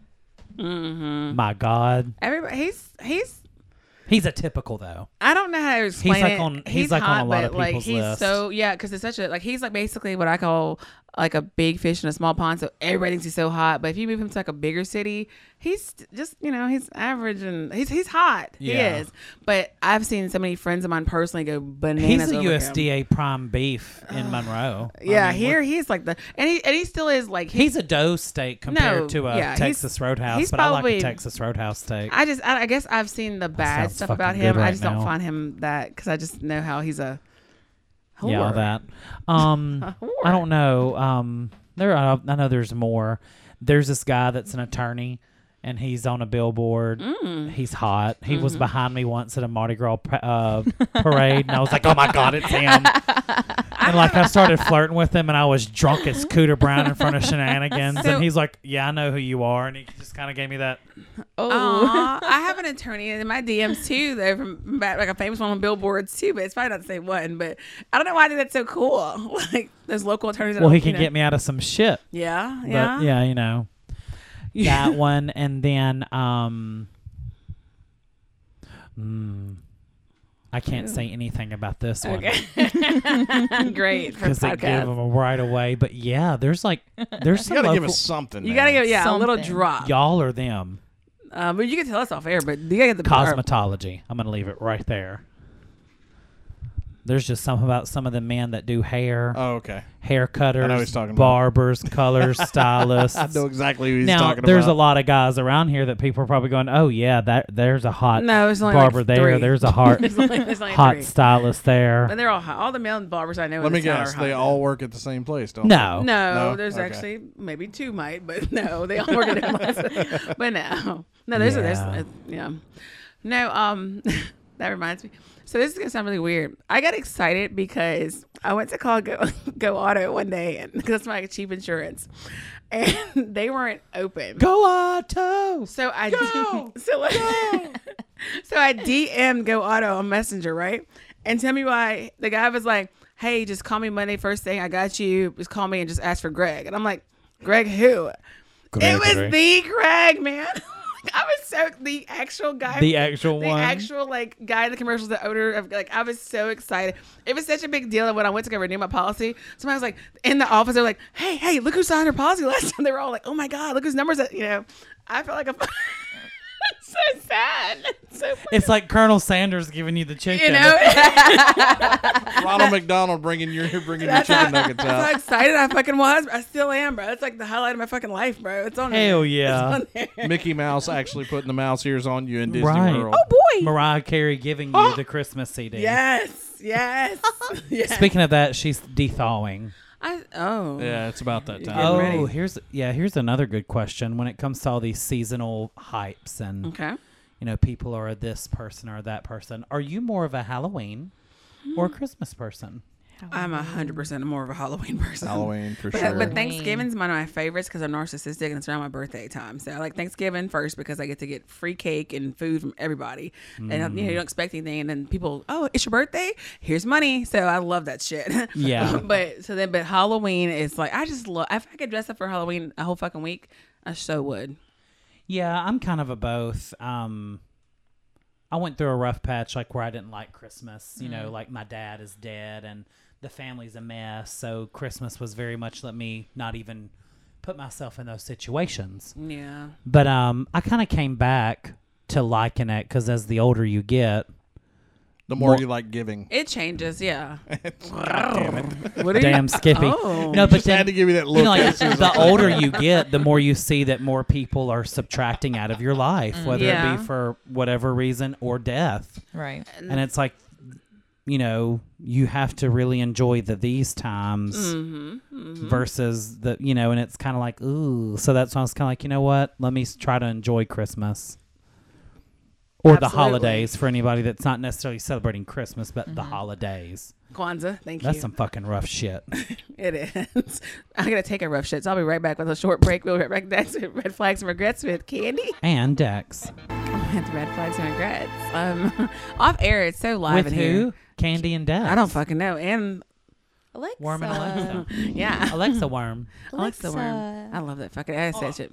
My God,
Everybody, he's he's.
he's a typical though.
I don't know how to explain
like
it.
on- he's like on a lot of
but, like
people's
he's
list.
so yeah, because it's such a like he's like basically what I call like a big fish in a small pond. So everybody thinks he's so hot, but if you move him to like a bigger city, he's just you know he's average and he's he's hot.
Yeah.
He is. But I've seen so many friends of mine personally go
He's
bananas.
a
over him.
USDA prime beef in Monroe. I
Yeah,
mean,
here he's like the and he and he still is like he,
He's a dough steak compared
No,
to a
yeah, he's-
Texas Roadhouse,
he's
but I like
probably-
a Texas Roadhouse steak.
I just I, I guess I've seen the bad
sounds
stuff about
fucking
him.
good
I
right
just
now.
don't find him that because I just know how he's a whore.
yeah, all that. Um, I don't know. Um, there, are, I know there's more. There's this guy that's an attorney, and he's on a billboard.
Mm.
He's hot. He was
Mm-hmm.
behind me once at a Mardi Gras pa- uh, parade, and I was like, "Oh my god, it's him!" and like I started flirting with him, and I was drunk as Cooter Brown in front of Shenanigans,
So-
and he's like, "Yeah, I know who you are," and he just kind of gave me that.
Oh.
Aw, I have an attorney in my DMs too, though, from back, like a famous one on billboards too, but it's probably not the same one. But I don't know why I think that's so cool. Like those local attorneys. that
Well, he
don't, you
can
know-
get me out of some shit.
Yeah, yeah.
But yeah, you know that one, and then um, mm, I can't say anything about this one
Great for
because they
podcast.
give them right away. But yeah, there's like there's
You
some
got to
local,
give us something.
you gotta
man.
go, yeah, a little
Something.
drop.
y'all or them
Um, but you can tell us off air. But you gotta get the
cosmetology. I'm gonna leave it right there. There's just something about some of the men that do hair,
Oh, okay.
hair cutters,
what he's talking about.
barbers, colors, stylists.
I know exactly who he's
now
talking
there's
about.
a lot of guys around here that people are probably going, "Oh yeah, that there's a hot
No, it's only
barber
like
there.
three.
There's a hot
There's only- there's only
hot
three.
stylist
And
there."
they're all hot. All the male barbers I know. in
Let me
this town
guess.
are
They
hot.
all work at the same place, don't
No,
No,
No?
there's
Okay.
actually maybe two might, but no, they all work at MLS. but no, no, there's a, there's
Yeah.
a, uh, yeah, no. Um, that reminds me. So this is gonna sound really weird. I got excited because I went to call Go, Go Auto one day, and because that's my cheap insurance, and they weren't open.
Go auto.
So I so I, so I DM'd Go Auto on Messenger, right? And tell me why the guy was like, "Hey, just call me Monday first thing. I got you. Just call me and just ask for Greg." And I'm like, "Greg who?" it was the Greg man. like, I was so the actual guy,
The actual
the
one.
actual like guy in the commercials, the owner of like, I was so excited. It was such a big deal that when I went to go renew my policy, somebody was like in the office, they were like, "Hey, hey, look who signed her policy last time." They were all like, "Oh my god, look whose numbers!" At, you know, I felt like a. It's so sad. It's so
it's like Colonel Sanders giving you the chicken.
you know.
Ronald McDonald bringing your bringing your
That's
chicken
how,
nuggets
that's how
out.
excited I fucking was. bro. I still am, bro. It's like the highlight of my fucking life, bro. It's on
Hell
there.
yeah.
It's on there.
Mickey Mouse actually putting the mouse ears on you in Disney
Right.
World.
Oh boy. Oh.
Mariah Carey giving you the Christmas CD.
Yes. Yes. yes.
Speaking of that, she's thawing.
I, oh.
Yeah, it's about that time.
Oh,
ready.
here's yeah, here's another good question when it comes to all these seasonal hypes and
Okay.
you know people are this person or that person. Are you more of a Halloween or
Hmm.
Christmas person?
I'm a hundred percent more of a Halloween person.
Halloween for
But,
sure.
but Thanksgiving's one of my favorites because I'm narcissistic and it's around my birthday time. So I like Thanksgiving first because I get to get free cake and food from everybody, and
Mm.
you know you don't expect anything. And then people, oh, it's your birthday, here's money. So I love that shit.
Yeah.
but so then, but Halloween is like I just love. If I could dress up for Halloween a whole fucking week, I so would.
Yeah, I'm kind of a both. Um, I went through a rough patch, like where I didn't like Christmas. You
Mm.
know, like my dad is dead and the family's a mess. So Christmas was very much let me not even put myself in those situations.
Yeah.
But um, I kind of came back to liking it because as the older you get,
the more you like giving.
It changes. Yeah.
damn Skippy.
Oh.
No, but
I had
then
to give you that
you
look.
know, like, the older you get, the more you see that more people are subtracting out of your life, whether
Yeah.
it be for whatever reason or death.
Right.
and it's like you know you have to really enjoy the these times
Mm-hmm,
versus the you know and it's kind of like ooh so that's why i was kind of like you know what let me s- try to enjoy christmas or the
Absolutely.
holidays for anybody that's not necessarily celebrating christmas but the holidays
Kwanzaa. Mm-hmm. Thank
that's
you.
some fucking rough shit
It is. I'm gonna take a rough shit, so I'll be right back with a short break. We'll be right back next with red flags and regrets with Candy.
and dex
With red flags and regrets. Um, off air, it's so live
with
in
who
here.
candy and dex
I don't fucking know. And
Alexa.
worm and alexa
yeah,
alexa worm
Alexa worm. I love that fucking. I said shit.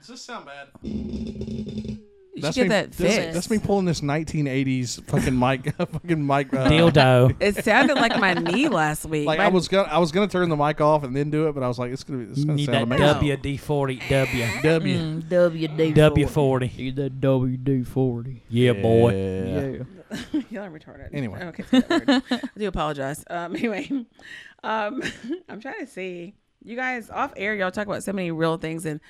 Does this sound bad?
You should
That's
get
me,
that
this-
fixed.
that's me pulling this 1980s fucking mic, fucking mic. Uh,
dildo
It sounded like my knee last week.
Like
My-
I was gonna, I was gonna turn the mic off and then do it, but I was like, it's gonna be, it's gonna
need that
sound amazing.
wd40 w
W.
Mm.
WD.
W40.
You that WD-40.
Yeah, boy.
Yeah.
Y'all are retarded.
Anyway.
Okay. it's not that word. I do apologize. Um, anyway, um, I'm trying to see. You guys off air, y'all talk about so many real things and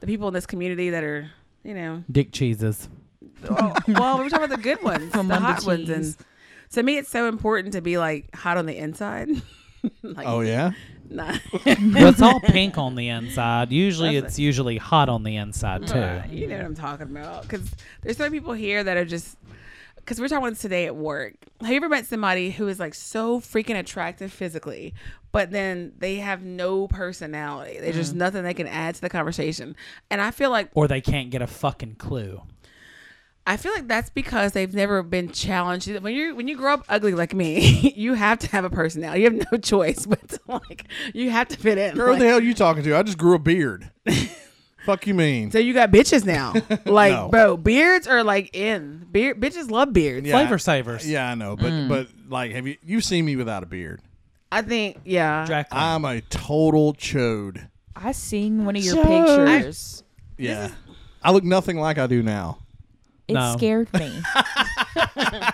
the people in this community that are, you know,
Dick cheeses.
oh, well, we we're talking about the good ones,
From
the
one to
hot ones, and
cheese.
to me, it's so important to be like hot on the inside. like,
Oh yeah.
nah.
well, it's all pink on the inside. Usually,
That's
it's usually hot on the inside too.
You know what I'm talking about. Because there's so many people here that are just. Because we're talking about this today at work. Have you ever met somebody who is like so freaking attractive physically, but then they have no personality? There's
Mm.
just nothing they can add to the conversation. And I feel like
Or they can't get a fucking clue.
I feel like that's because they've never been challenged. When you when you grow up ugly like me, you have to have a personality. You have no choice, but to, like you have to fit in.
Girl,
Like,
who the hell you talking to? I just grew a beard. Fuck you mean?
so you got bitches now, like
No.
bro. Beards are like in beard. Bitches love beards.
Yeah,
Flavor
I-
savers.
Yeah, I know, but
Mm.
but like, have you you have seen me without a beard?
I think yeah.
Oh.
Dracula.
I'm a total chode.
I seen one of your
Sure.
pictures.
Yeah, I look nothing like I do now.
It
No.
scared me.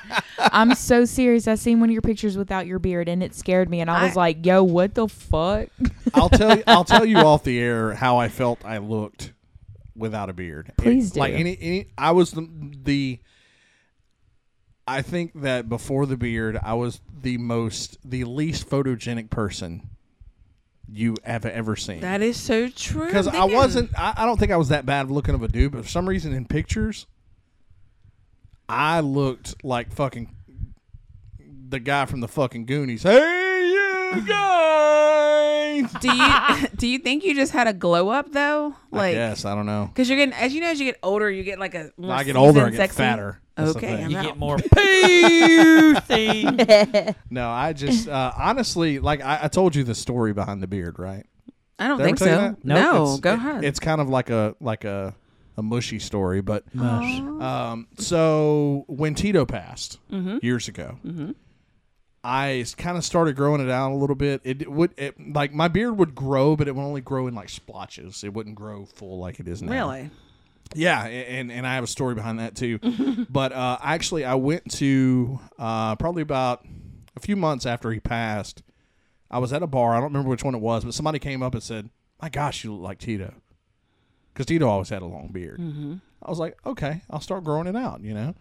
I'm so serious. I seen one of your pictures without your beard, and it scared me. And I was
I-
like, "Yo, what the fuck?"
I'll tell you, I'll tell you off the air how I felt I looked without a beard.
Please
It-
do.
Like any, any I was the, the I think that before the beard, I was the most the least photogenic person you have ever seen.
That is so true.
because
I'm
I
thinking-
wasn't. I, I don't think I was that bad of looking of a dude, but for some reason in pictures, I looked like fucking the guy from the fucking Goonies. Hey, you guys!
Do you do you think you just had a glow up though? Like,
yes, I don't know.
because you're getting as you know as you get older, you get like a more
I get older, I
seasoned,
get
sexy-
fatter. That's the
Okay,
thing.
I'm
you
out.
get more pussy.
No, I just uh, honestly like I, I told you the story behind the beard, right?
I don't
Did I ever
think
tell you
so.
that?
No,
It's-
go
it-
ahead.
It's kind of like a like a a mushy story, but um, so when Tito passed years ago, I kind of started growing it out a little bit. It, would it, like my beard would grow, but it would only grow in like splotches. It wouldn't grow full like it is now.
Really?
Yeah, and and I have a story behind that too. but uh, actually, I went to uh, probably about a few months after he passed. I was at a bar. I don't remember which one it was, but somebody came up and said, "My gosh, you look like Tito," because Tito always had a long beard. I was like, "Okay, I'll start growing it out." You know,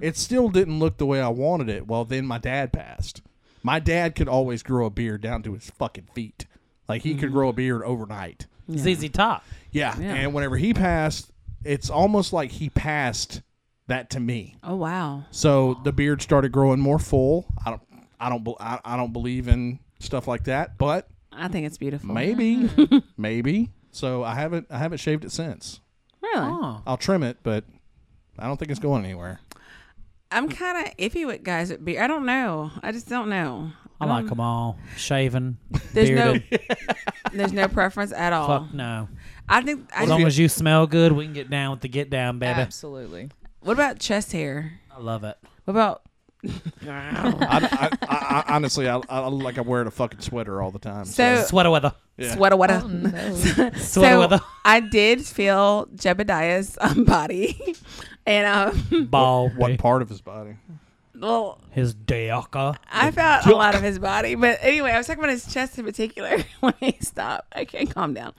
it still didn't look the way I wanted it. Well, then my dad passed. My dad could always grow a beard down to his fucking feet. Like he could grow a beard overnight.
ZZ Top.
Yeah. And whenever he passed, it's almost like he passed that to me.
Oh wow.
So the beard started growing more full. I don't, I don't, bel- I, I don't believe in stuff like that, but
I think it's beautiful.
maybe, maybe. So I haven't, I haven't shaved it since.
Really?
I'll trim it, but I don't think it's going anywhere.
I'm kind of iffy with guys with beard. I don't know. I just don't know.
I like them all. Shaving.
Um, There's
bearded.
no there's no preference at all.
Fuck no.
I think I
As
just,
long as you smell good, we can get down with the get down, baby.
Absolutely.
What about chest hair?
I love it.
What about
I, I, I, I honestly, I, I look like I wear a fucking sweater all the time.
so
Sweater weather.
Yeah.
sweater what
Oh, no.
Sweater
So
weather.
I did feel Jebediah's um, body, and um,
Ball.
what part of his body?
well,
His diaka.
I felt a lot of his body, but anyway, I was talking about his chest in particular. when he stopped, I can't calm down.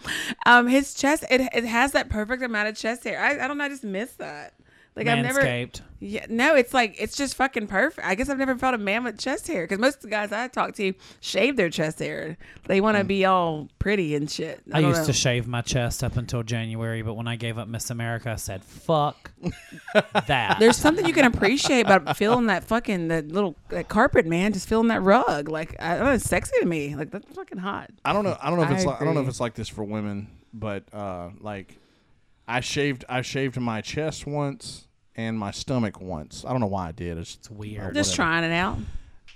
Um, his chest, it, it has that perfect amount of chest hair. I, I don't know, I just miss that. Like I've never,
Manscaped.
yeah, no, it's like it's just fucking perfect. I guess I've never felt a man with chest hair because most of the guys I talk to shave their chest hair. They want to be all pretty and shit.
Mm. I,
don't
used
know.
to shave my chest up until January, but when I gave up Miss America, I said, fuck that.
There's something you can appreciate about feeling that fucking that little that carpet, man. Just feeling that rug, like I don't know, it's sexy to me. Like that's fucking hot.
I don't know. I don't know if
I
it's like, I don't know if
agree.
it's like this for women, but uh, like I shaved I shaved my chest once and my stomach once. I don't know why I did. It's, it's
weird.
Just trying it out.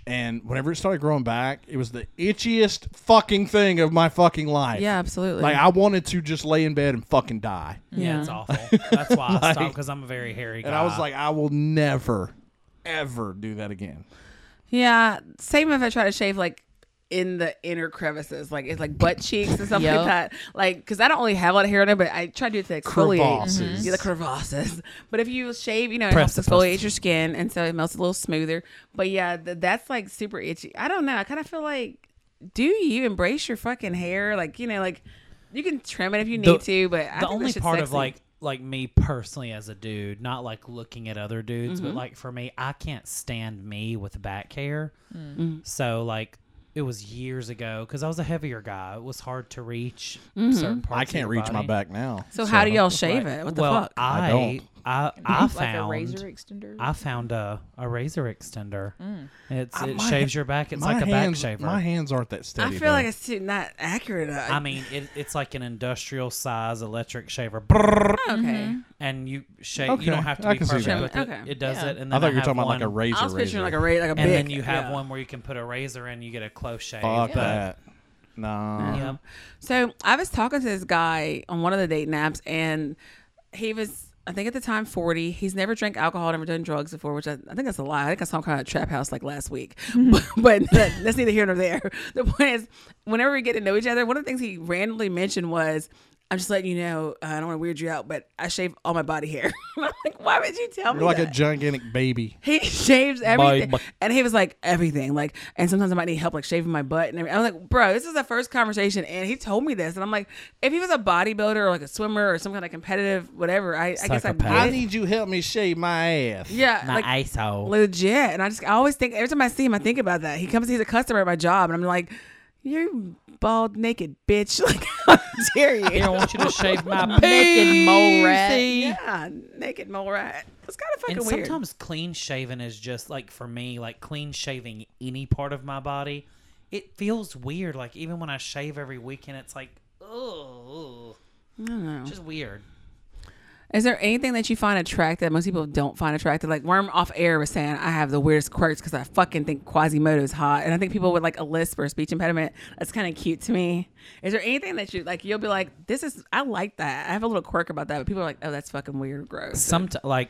And whenever it started growing back, it was the itchiest fucking thing of my fucking life.
Yeah, absolutely.
Like I wanted to just lay in bed and fucking die.
yeah, it's awful. That's why I stopped because I'm a very hairy guy.
And I was like, I will never, ever do that again.
yeah, same if I try to shave like in the inner crevices, like it's like butt cheeks and stuff like
Yup.
that. Like because I don't really have a lot of hair on it, but I try to do it to exfoliate.
Crevasses.
Yeah, the crevasses. But if you shave, you know, it helps
Precipice.
exfoliate your skin, and so it melts a little smoother. But yeah, th- that's like super itchy. I don't know. I kind of feel like, do you embrace your fucking hair? Like you know, like you can trim it if you need
The-
to, but I
the
think that
only
shit's
part of
sexy.
like like me personally as a dude, not like looking at other dudes, but like for me, I can't stand me with back hair.
Mm.
So like it was years ago because I was a heavier guy. It was hard to reach certain parts.
I
of your
can't reach my
body.
back now.
So, how do y'all shave it? What the
well,
fuck?
I I
don't.
I,
like
found
a razor extender.
I found a, a razor extender.
Mm.
It's, it
my
shaves
ha-
your back. It's
my
like a
hands,
back shaver.
My hands aren't that
I
steady.
feel like
though.
it's too not accurate. uh,
I
I,
mean, it, it's like an industrial size electric shaver. Brrrr.
okay.
and you shave.
Okay,
You don't have to
I
be
can see
perfect
that.
with it.
Okay.
It does
Yeah.
it. And
I
then
thought you were
have
talking about like a
one-
razor.
I was
razor.
picturing like a ra- like a
And
bic,
then you have
yeah.
one where you can put a razor in. You get a close shave.
Fuck
but-
that. Nah.
Yeah.
So I was talking to this guy on one of the date naps, and he was, I think at the time, 40. He's never drank alcohol, never done drugs before, which I, I think that's a lie. I think I saw him kind of trap house like last week, but, but that, that's neither here nor there. The point is, whenever we get to know each other, one of the things he randomly mentioned was, I'm just letting you know, uh, I don't want to weird you out, but I shave all my body hair. I'm like, why would you tell me
You're like a
that?
gigantic baby.
He shaves everything,
butt.
and he was like everything, like. And sometimes I might need help, like shaving my butt. And everything. I was like, bro, this is the first conversation, and he told me this, and I'm like, if he was a bodybuilder or like a swimmer or some kind of competitive whatever, I, I guess I'd
Psychopath.
get
I
it.
need you help me shave my ass.
yeah,
My
like
ISO.
legit. And I just I always think every time I see him, I think about that. He comes, he's a customer at my job, and I'm like, you bald naked bitch, like how dare
Here, I
you?
want you to shave my
Naked mole rat.
pussy.
yeah, naked mole rat. It's kind of fucking
And
weird.
sometimes clean shaven is just like for me, like clean shaving any part of my body, it feels weird. Like even when I shave every weekend, it's like, oh,
I don't know.
just weird.
Is there anything that you find attractive that most people don't find attractive? Like Worm off air was saying, I have the weirdest quirks because I fucking think Quasimodo's hot, and I think people with like a lisp or a speech impediment that's kind of cute to me. Is there anything that you like? You'll be like, this is I like that. I have a little quirk about that, but people are like, oh, that's fucking weird, or gross.
Some like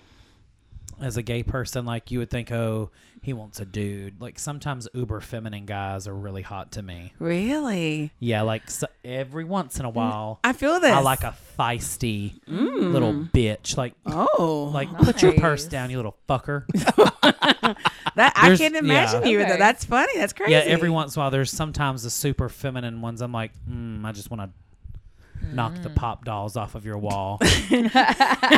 as a gay person, like you would think, oh, he wants a dude. Like sometimes uber feminine guys are really hot to me.
Really,
Yeah, like so every once in a while,
Mm, I feel this. Mm.
I like a feisty little bitch. Like,
oh,
like put your purse down, you little fucker.
that. I
there's-
can't
yeah.
imagine you with that.
Okay.
That's funny. That's crazy.
yeah, every once in a while, there's sometimes the super feminine ones. I'm like, mm, I just want to knock the
Mm.
pop dolls off of your wall.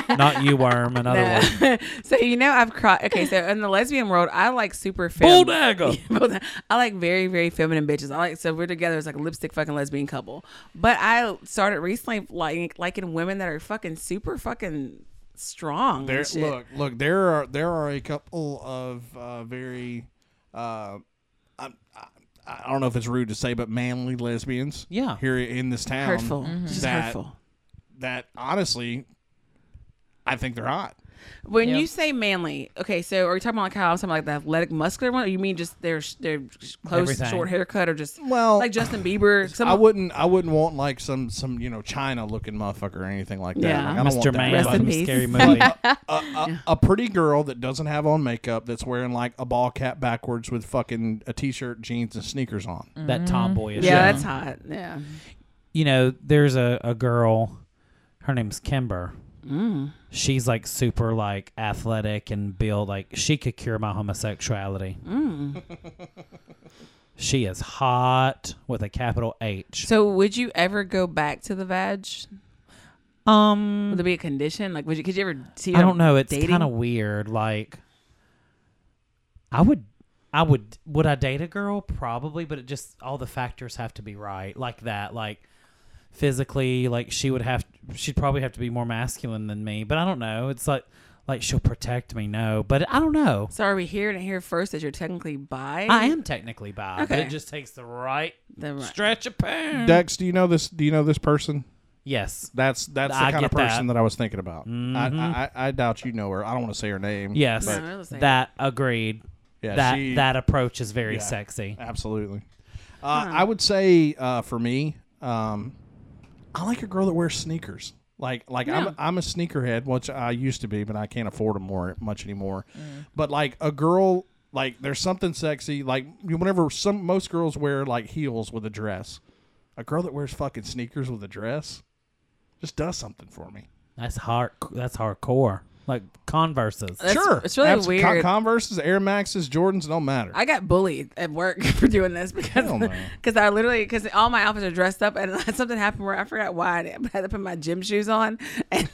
Not you, worm. Another one.
so you know I've cried. Okay, so in the lesbian world, I like super
Bull
fem.
dagger.
Bull- I like very very feminine bitches. I like so we're together as like a lipstick fucking lesbian couple. But I started recently like liking women that are fucking super fucking strong. and
There,
shit.
look, look. There are there are a couple of uh, very, uh, I, I, I don't know if it's rude to say, but manly lesbians.
Yeah.
here in this town,
hurtful, just
um, that-
hurtful.
That honestly, I think they're hot.
When you say manly, okay, so are you talking about like how something like the athletic muscular one, or you mean just their their close
Everything.
short haircut, or just
Well,
like Justin Bieber? Some,
I wouldn't. I wouldn't want like some some you know China looking motherfucker or anything like that.
Yeah.
Like, I don't want
Mr.
that.
Man
Rest in
from
peace.
Scary Movie.
a, a pretty girl that doesn't have on makeup that's wearing like a ball cap backwards with fucking a t-shirt, jeans, and sneakers on.
that tomboyish.
Mm-hmm. yeah,
one.
that's hot. Yeah,
you know, there's a, a girl, her name's Kimber.
Mm,
She's like super like athletic and built like she could cure my homosexuality.
mm.
she is hot with a capital H.
So would you ever go back to the vag?
um
Would there be a condition? Like, would you? Could you ever see?
I don't know, it's
dating?
kind of weird like I would I would would I date a girl probably, but it just all the factors have to be right like that like physically like she would have she'd probably have to be more masculine than me but i don't know it's like like she'll protect me no but i don't know
So are we hearing it here first that you're technically bi?
i am technically bi but
Okay.
it just takes the right
The right-
stretch of pound
Dex, do you know this? Do you know this person?
yes
That's that's the
I
kind of
get that. Mm-hmm.
person that. I was thinking about. I, I I doubt you know her. I don't want to say her name.
yes
No, I was saying-
that agreed
Yeah,
that
she-
that approach is very
Yeah.
sexy
absolutely. Uh, I would say uh, for me, um, I like a girl that wears sneakers. Like like I'm I'm a sneakerhead, which I used to be, but I can't afford them more much anymore. But like a girl, like there's something sexy. Like whenever some most girls wear like heels with a dress, a girl that wears fucking sneakers with a dress just does something for me.
that's hard that's hardcore like converses
That's-
sure,
it's really
Absolutely. Con-
weird.
Converse's, Air Maxes, Jordans don't matter.
I got bullied at work for doing this because
Hell no.
because I literally because all my outfits are dressed up and something happened where I forgot why I had to put my gym shoes on and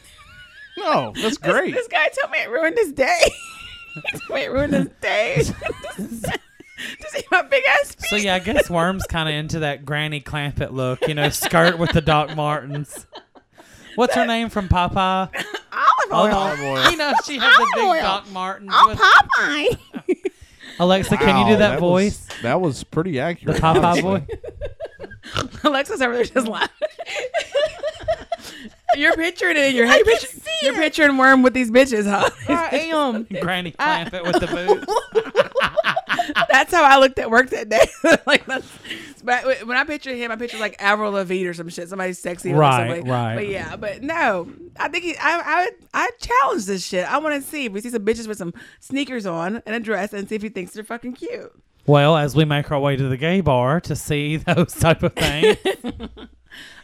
no, that's great.
this guy told me it ruined his day. he told me it ruined his day. to see my big ass feet.
So yeah, I guess Worm's kind of into that Granny Clampett look, you know, skirt with the Doc Martens. What's her name from Popeye? Oh,
Olive oil.
Olive oil.
You know, she had the big
Olive oil. Oh,
Doc Martens. with-
Popeye.
Alexa, can you
Wow,
do that,
was-
voice?
that was pretty accurate.
Popeye
honestly.
boy.
Alexa's over there just laughing. you're picturing it in your head. You're, pictu- you're picturing Worm with these bitches, huh?
I am.
Granny
Uh,
Clampett with the boots.
that's how I looked at work that day. like, that's, but when I picture him, I picture like Avril Lavigne or some shit. Somebody sexy,
Right,
Or something.
right.
But yeah, but no, I think he, I, I I challenge this shit. I want to see if we see some bitches with some sneakers on and a dress, and see if he thinks they're fucking cute.
Well, as we make our way to the gay bar to see those type of things.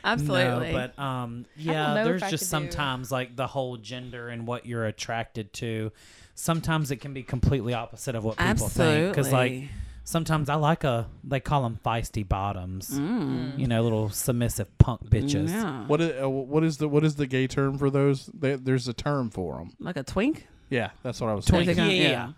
Absolutely.
No, but um, yeah,
know if
there's
I
just
could do-
sometimes like the whole gender and what you're attracted to. Sometimes it can be completely opposite of what people think. Because like
Absolutely.
sometimes I like a they call them feisty bottoms. You know, little submissive punk bitches.
yeah,
What is, uh, what is the what is the gay term for those? There- There's a term for them.
like a twink.
Yeah, that's what I was.
Twink,
Thinking.
Twink.
yeah.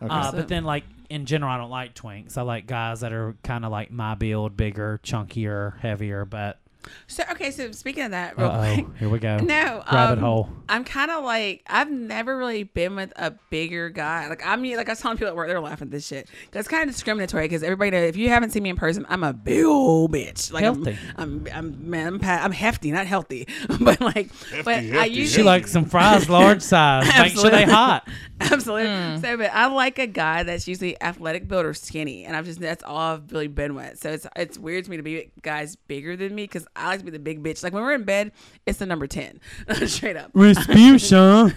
Yeah.
Uh,
So-
but then like in general, I don't like twinks. I like guys that are kind of like my build, bigger, chunkier, heavier, but
So okay, so speaking of that, real
Uh
quick.
oh, here we go.
No,
rabbit
um,
hole.
I'm kind of like I've never really been with a bigger guy. Like I'm like I was telling people at work, they're laughing at this shit. 'Cause it's kind of discriminatory. Because everybody, knows, if you haven't seen me in person, I'm a big old bitch. Like I'm-
Healthy.
I'm, I'm, man, I'm, pa- I'm hefty, not healthy. but like, but I
hefty,
usually
She likes some fries large size. Make sure they
Absolutely.
hot.
Absolutely.
Hmm.
So, but I like a guy that's usually athletic build or skinny, and I've just that's all I've really been with. So it's it's weird to me to be with guys bigger than me because I like to be the big bitch. Like when we're in bed, it's the number ten, straight up.
Respution.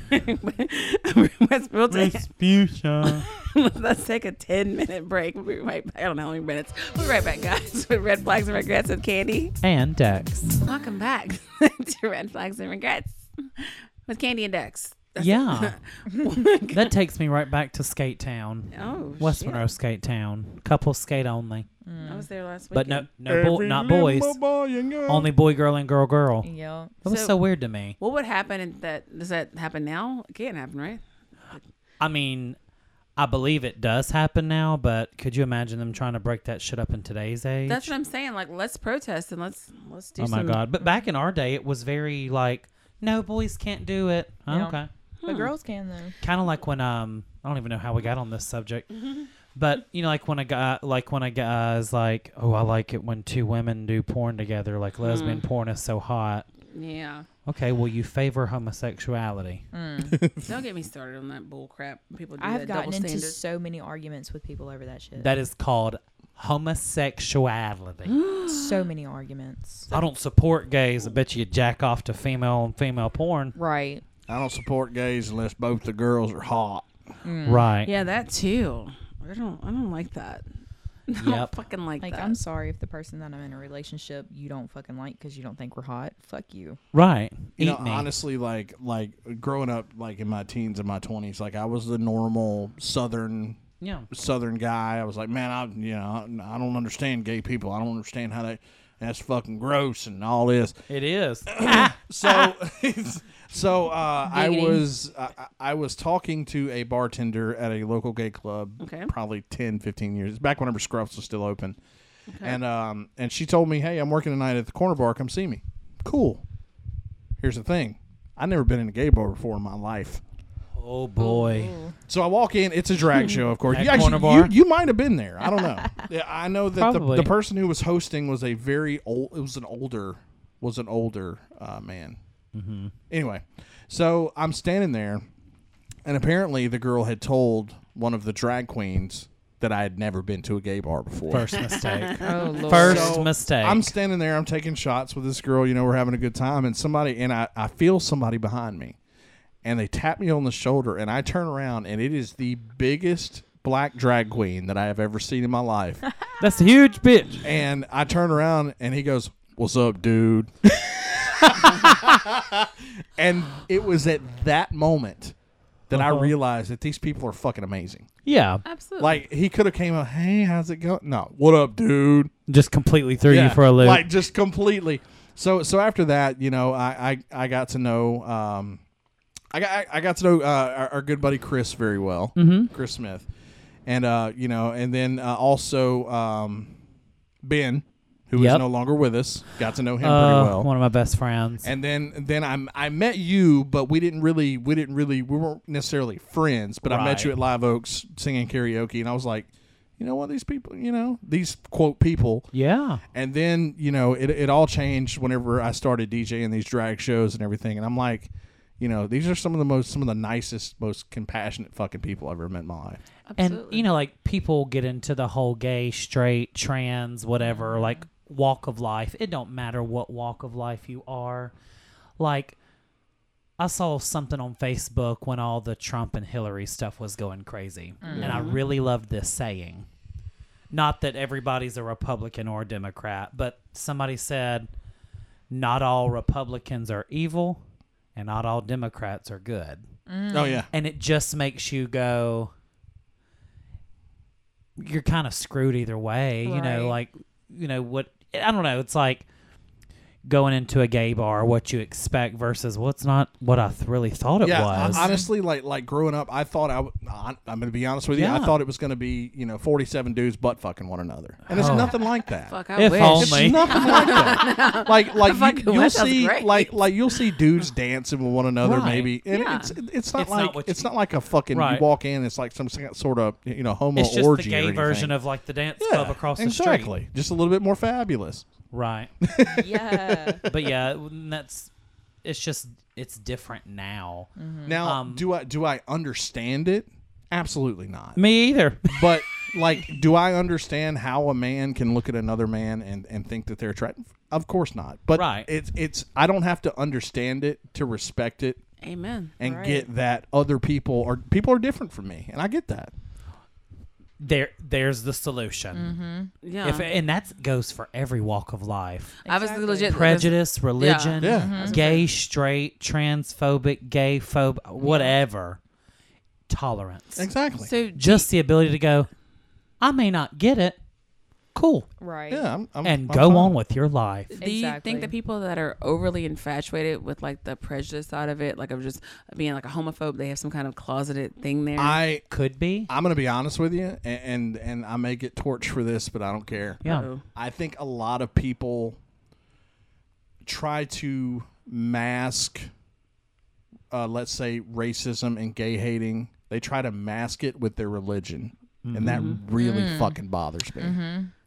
West Milton.
Respution.
Let's take a ten minute break. We'll be right back. I don't know how many minutes. We'll be right back, guys. With red flags and regrets with Candy.
And Dex.
Welcome back to Red Flags and Regrets with Candy and Dex.
Yeah. that takes me right back to Skate Town.
Oh,
West
shit.
Monroe Skate Town. Couple skate only.
I was there last week.
But no no bo- not boys. Only boy, girl, and girl, girl. That
Yeah.
was so,
So-
weird to me.
What would happen in that? Does that happen now? It can't happen, right?
I mean, I believe it does happen now, but could you imagine them trying to break that shit up in today's age?
That's what I'm saying. Like, let's protest and let's let's do.
oh my
some-
god! But back in our day, it was very like, no, boys can't do it. Oh,
Yeah.
Okay.
But girls can though.
kind of like when um I don't even know how we got on this subject, but you know, like when a guy like when a guy is like, oh, I like it when two women do porn together, like lesbian porn is so hot.
Yeah.
Okay, well, you favor homosexuality.
Don't get me started on that bull crap. People do
I have
that double
gotten into
standards.
so many arguments with people over that shit.
That is called homosexuality.
so many arguments.
I don't support gays. I bet you jack off to female and female porn.
Right.
I don't support gays unless both the girls are hot.
Right.
Yeah, that too. I don't. I don't like that. I don't
Yep.
fucking like,
Like
that.
I'm sorry if the person that I'm in a relationship you don't fucking like because you don't think we're hot. Fuck you.
Right.
You
Eat
know,
me.
honestly, like like growing up, like in my teens and my twenties, like I was the normal Southern
yeah.
Southern guy. I was like, man, I you know I don't understand gay people. I don't understand how they that's fucking gross and all this.
It is.
so so uh, I was I, I- I was talking to a bartender at a local gay club
Okay.
probably 10 15 years back whenever Scruffs was still open. And um and she told me, "Hey, I'm working tonight at the corner bar. Come see me." Cool. Here's the thing. I've never been in a gay bar before in my life.
oh boy.
So I walk in. It's a drag show, of course.
Hmm. At
You, actually-
Corner Bar?
you, you might have been there. I don't know. Yeah, I know that the,
Probably.
the person who was hosting was a very old. It was an older, was an older uh, man.
Mm-hmm.
Anyway, so I'm standing there, and apparently the girl had told one of the drag queens that I had never been to a gay bar before.
First mistake.
Oh lord.
First mistake.
I'm standing there. I'm taking shots with this girl. You know, we're having a good time, and somebody and I, I feel somebody behind me, and they tap me on the shoulder, and I turn around, and it is the biggest black drag queen that I have ever seen in my life.
That's a huge bitch.
and I turn around, and he goes, "What's up, dude?" and it was at that moment that I realized that these people are fucking amazing.
Yeah.
Absolutely.
Like he could have came up, "Hey, how's it going?" No, "What up, dude?"
Just completely threw
Yeah,
you for a loop.
Like just completely. So so after that, you know, I I, I got to know um, I got I- I got to know uh, our, our good buddy Chris very well,
Mm-hmm.
Chris Smith, and uh, you know, and then uh, also um, Ben, who is
Yep.
no longer with us, got to know him
Uh,
pretty well.
One of my best friends.
and then then I I met you, but we didn't really we didn't really we weren't necessarily friends. But I met
Right.
you at Live Oaks singing karaoke, and I was like, you know what, these people, you know, these quote people,
yeah.
and then, you know, it, it all changed whenever I started DJing these drag shows and everything. And I'm like, you know, these are some of the most, some of the nicest, most compassionate fucking people I've ever met in my life.
And you know, like people get into the whole gay, straight, trans, whatever, like walk of life. It don't matter what walk of life you are. Like I saw something on Facebook when all the Trump and Hillary stuff was going crazy. And I really loved this saying. Not that everybody's a Republican or a Democrat, but somebody said not all Republicans are evil and not all Democrats are good
Oh, yeah.
and it just makes you go you're kind of screwed either way you
Right.
know like you know what i don't know it's like going into a gay bar, what you expect versus what's not what I th- really thought it
yeah, I-
was.
honestly, like like growing up, I thought I would. I, I'm going to be honest with you. I
Yeah.
thought it was going to be you know 47 dudes butt fucking one another, and it's
Oh.
nothing like that.
Fuck, I
If
wish.
all-
It's
Only.
nothing like that. Like like
fucking
you, will
wish that was
see
great.
like like you'll see dudes dancing with one another
Right.
maybe, and
Yeah.
it's it's not
It's not
like
what
it's
you-
not like a fucking you
Right.
walk in. It's like some sort of you know homo
it's just
orgy
the gay
or
version
anything.
of like the dance
yeah,
club across the street.
exactly. Just a little bit more fabulous.
Right.
yeah.
but yeah, and that's it's just it's different now.
Now,
Um,
do I do I understand it? Absolutely not.
Me either.
But like, do I understand how a man can look at another man and, and think that they're attractive? Of course not. But
Right.
it's it's I don't have to understand it to respect it
Amen.
and get that other people are people are different from me, and I get that.
There there's the solution.
Mm-hmm.
Yeah.
If and that goes for every walk of life.
Obviously,
Exactly.
legit.
Prejudice, religion,
Yeah. Mhm.
gay, straight, transphobic, gay, phobe, whatever. Tolerance.
Exactly.
So,
Just the ability to go, I may not get it. Cool.
Right.
yeah, I'm, I'm,
And
I'm
go
fine.
on with your life.
Do you
Exactly.
think that people that are overly infatuated with like the prejudice side of it, like of just being like a homophobe, they have some kind of closeted thing there?
I
Could be.
I'm gonna be honest with you, and and, and I may get torched for this, but I don't care.
Yeah.
Uh-oh.
I think a lot of people try to mask, uh, let's say, racism and gay hating. They try to mask it with their religion, and that really fucking bothers me.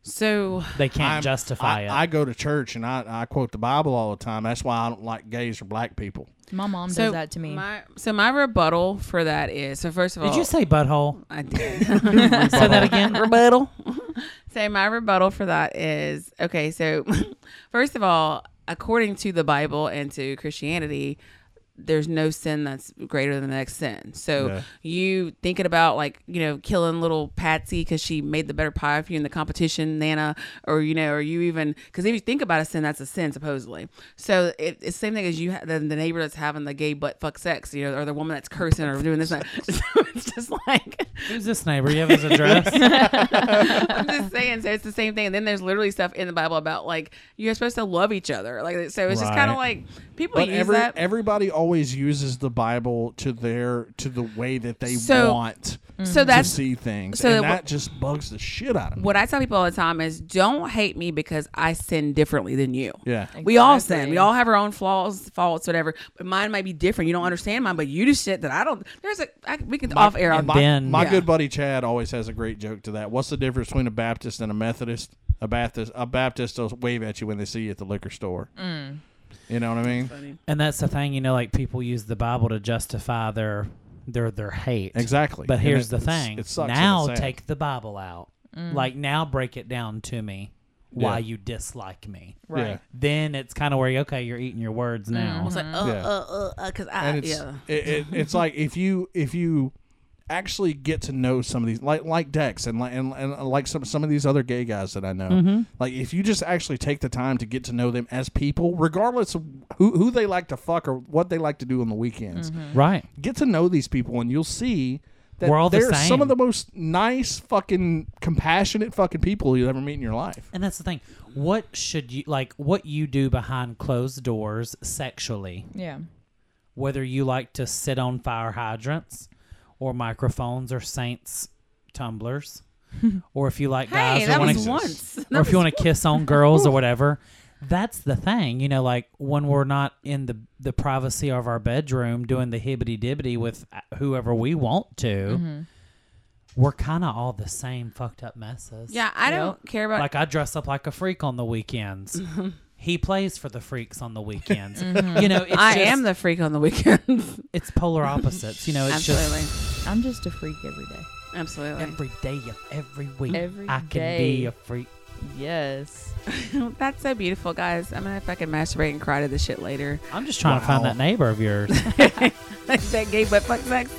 So,
They can't
I'm-
justify
I,
it.
I go to church and I, I quote the Bible all the time. That's why I don't like gays or black people.
My mom
so
does that to me.
My, so my rebuttal for that is so first of all,
Did you say butthole?
I did.
Say that again.
rebuttal. so my rebuttal for that is okay. So first of all, according to the Bible and to Christianity, there's no sin that's greater than the next sin. So
Yeah.
you thinking about like you know killing little Patsy because she made the better pie for you in the competition, Nana, or you know, or you even because if you think about a sin, that's a sin supposedly. So it, it's the same thing as you ha- the, the neighbor that's having the gay butt fuck sex, you know, or the woman that's cursing or doing this. and that. So it's just like
Who's this neighbor? You have his address?
I'm just saying. So it's the same thing. And then there's literally stuff in the Bible about like you're supposed to love each other. Like so, it's just kind of
Right.
like people
But
use
every,
that.
everybody always uses the Bible to their to the way that they
So-
want
so
to
that's
see things,
so
and
what-
that just bugs the shit out of me.
what I tell people all the time is don't hate me because I sin differently than you.
Yeah.
We all sin.
Exactly.
We all have our own flaws, faults, whatever. But mine might be different. You don't understand mine, but you do shit that I don't. There's a I, we can off air. on
my- Ben.
My
Yeah.
good buddy Chad always has a great joke to that. What's the difference between a Baptist and a Methodist? A Baptist, a Baptist will wave at you when they see you at the liquor store.
Mm.
You know what I mean?
and that's the thing, you know, like people use the Bible to justify their their their hate.
Exactly.
But
And
here's
it-
the
it's-
thing.
It sucks. and
now
it's sad.
take the Bible out.
Mm.
Like now break it down to me why
Yeah.
you dislike me.
Yeah.
Right.
Then it's kind of where you okay, you're eating your words now.
It's like uh
Yeah.
uh uh because I
And it's
yeah.
it, it, it's like if you if you actually get to know some of these like like Dex and like and, and like some some of these other gay guys that I know.
Mm-hmm.
Like if you just actually take the time to get to know them as people, regardless of who who they like to fuck or what they like to do on the weekends.
Mm-hmm.
Right.
get to know these people and you'll see that
We're all the
they're
same.
some of the most nice fucking compassionate fucking people you'll ever meet in your life
And that's the thing. What should you like what you do behind closed doors sexually?
yeah.
whether you like to sit on fire hydrants or microphones or saints tumblers or if you like guys
Hey,
or,
that
wanna,
was once.
or if you want to kiss on girls or whatever that's the thing you know like when we're not in the the privacy of our bedroom doing the hibbity dibbity with uh, whoever we want to
Mm-hmm.
we're kind of all the same fucked up messes
Yeah, I don't care about
like I dress up like a freak on the weekends he plays for the freaks on the weekends you know
Mm-hmm.
it's
I
just-
am the freak on the weekends.
it's polar opposites. You know, it's
Absolutely.
just
I'm just a freak every day.
Absolutely.
every day of every week.
Every
I can
day.
be a freak.
Yes.
That's so beautiful, guys. I'm gonna fucking masturbate and cry to this shit later.
I'm just trying to find
Wow.
that neighbor of yours.
Oh, that gay butt fuck sex.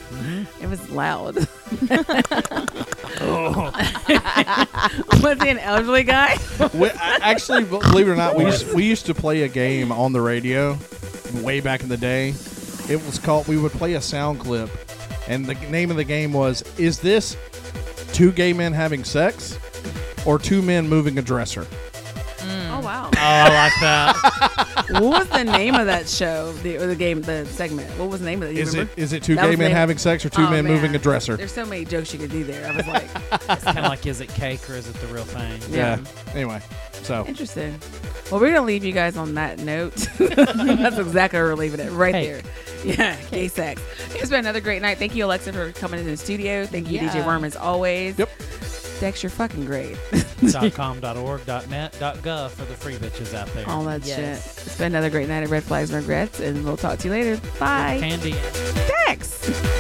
It was loud. was he an elderly guy?
we, I- actually b- believe it or not we used, we used to play a game on the radio way back in the day it was called we would play a sound clip and the name of the game was is this two gay men having sex or two men moving a dresser
Oh wow.
I like that.
what was the name of that show? The, or the game, the segment. What was the name of it? You
Is it
remember?
is it two
That
gay
was
men
the-
having sex or two
Oh,
men
man.
moving a dresser?
There's so many jokes you could do there. I was like,
It's kind of like, is it cake or is it the real thing?
yeah.
Anyway, so
Interesting. Well, we're gonna leave you guys on that note. That's exactly where we're leaving it, right
Cake.
there. Yeah, gay sex. It's been another great night. Thank you, Alexa, for coming into the studio. Thank you, DJ
Yeah.
Worm, as always.
Yep.
Dex, you're fucking great.
dot .com, dot .org, dot .net, dot .gov for the free bitches out there.
All that
Yes.
shit. It's been another great night at Red Flags and Regrets, and we'll talk to you later. Bye,
Candy.
Dex.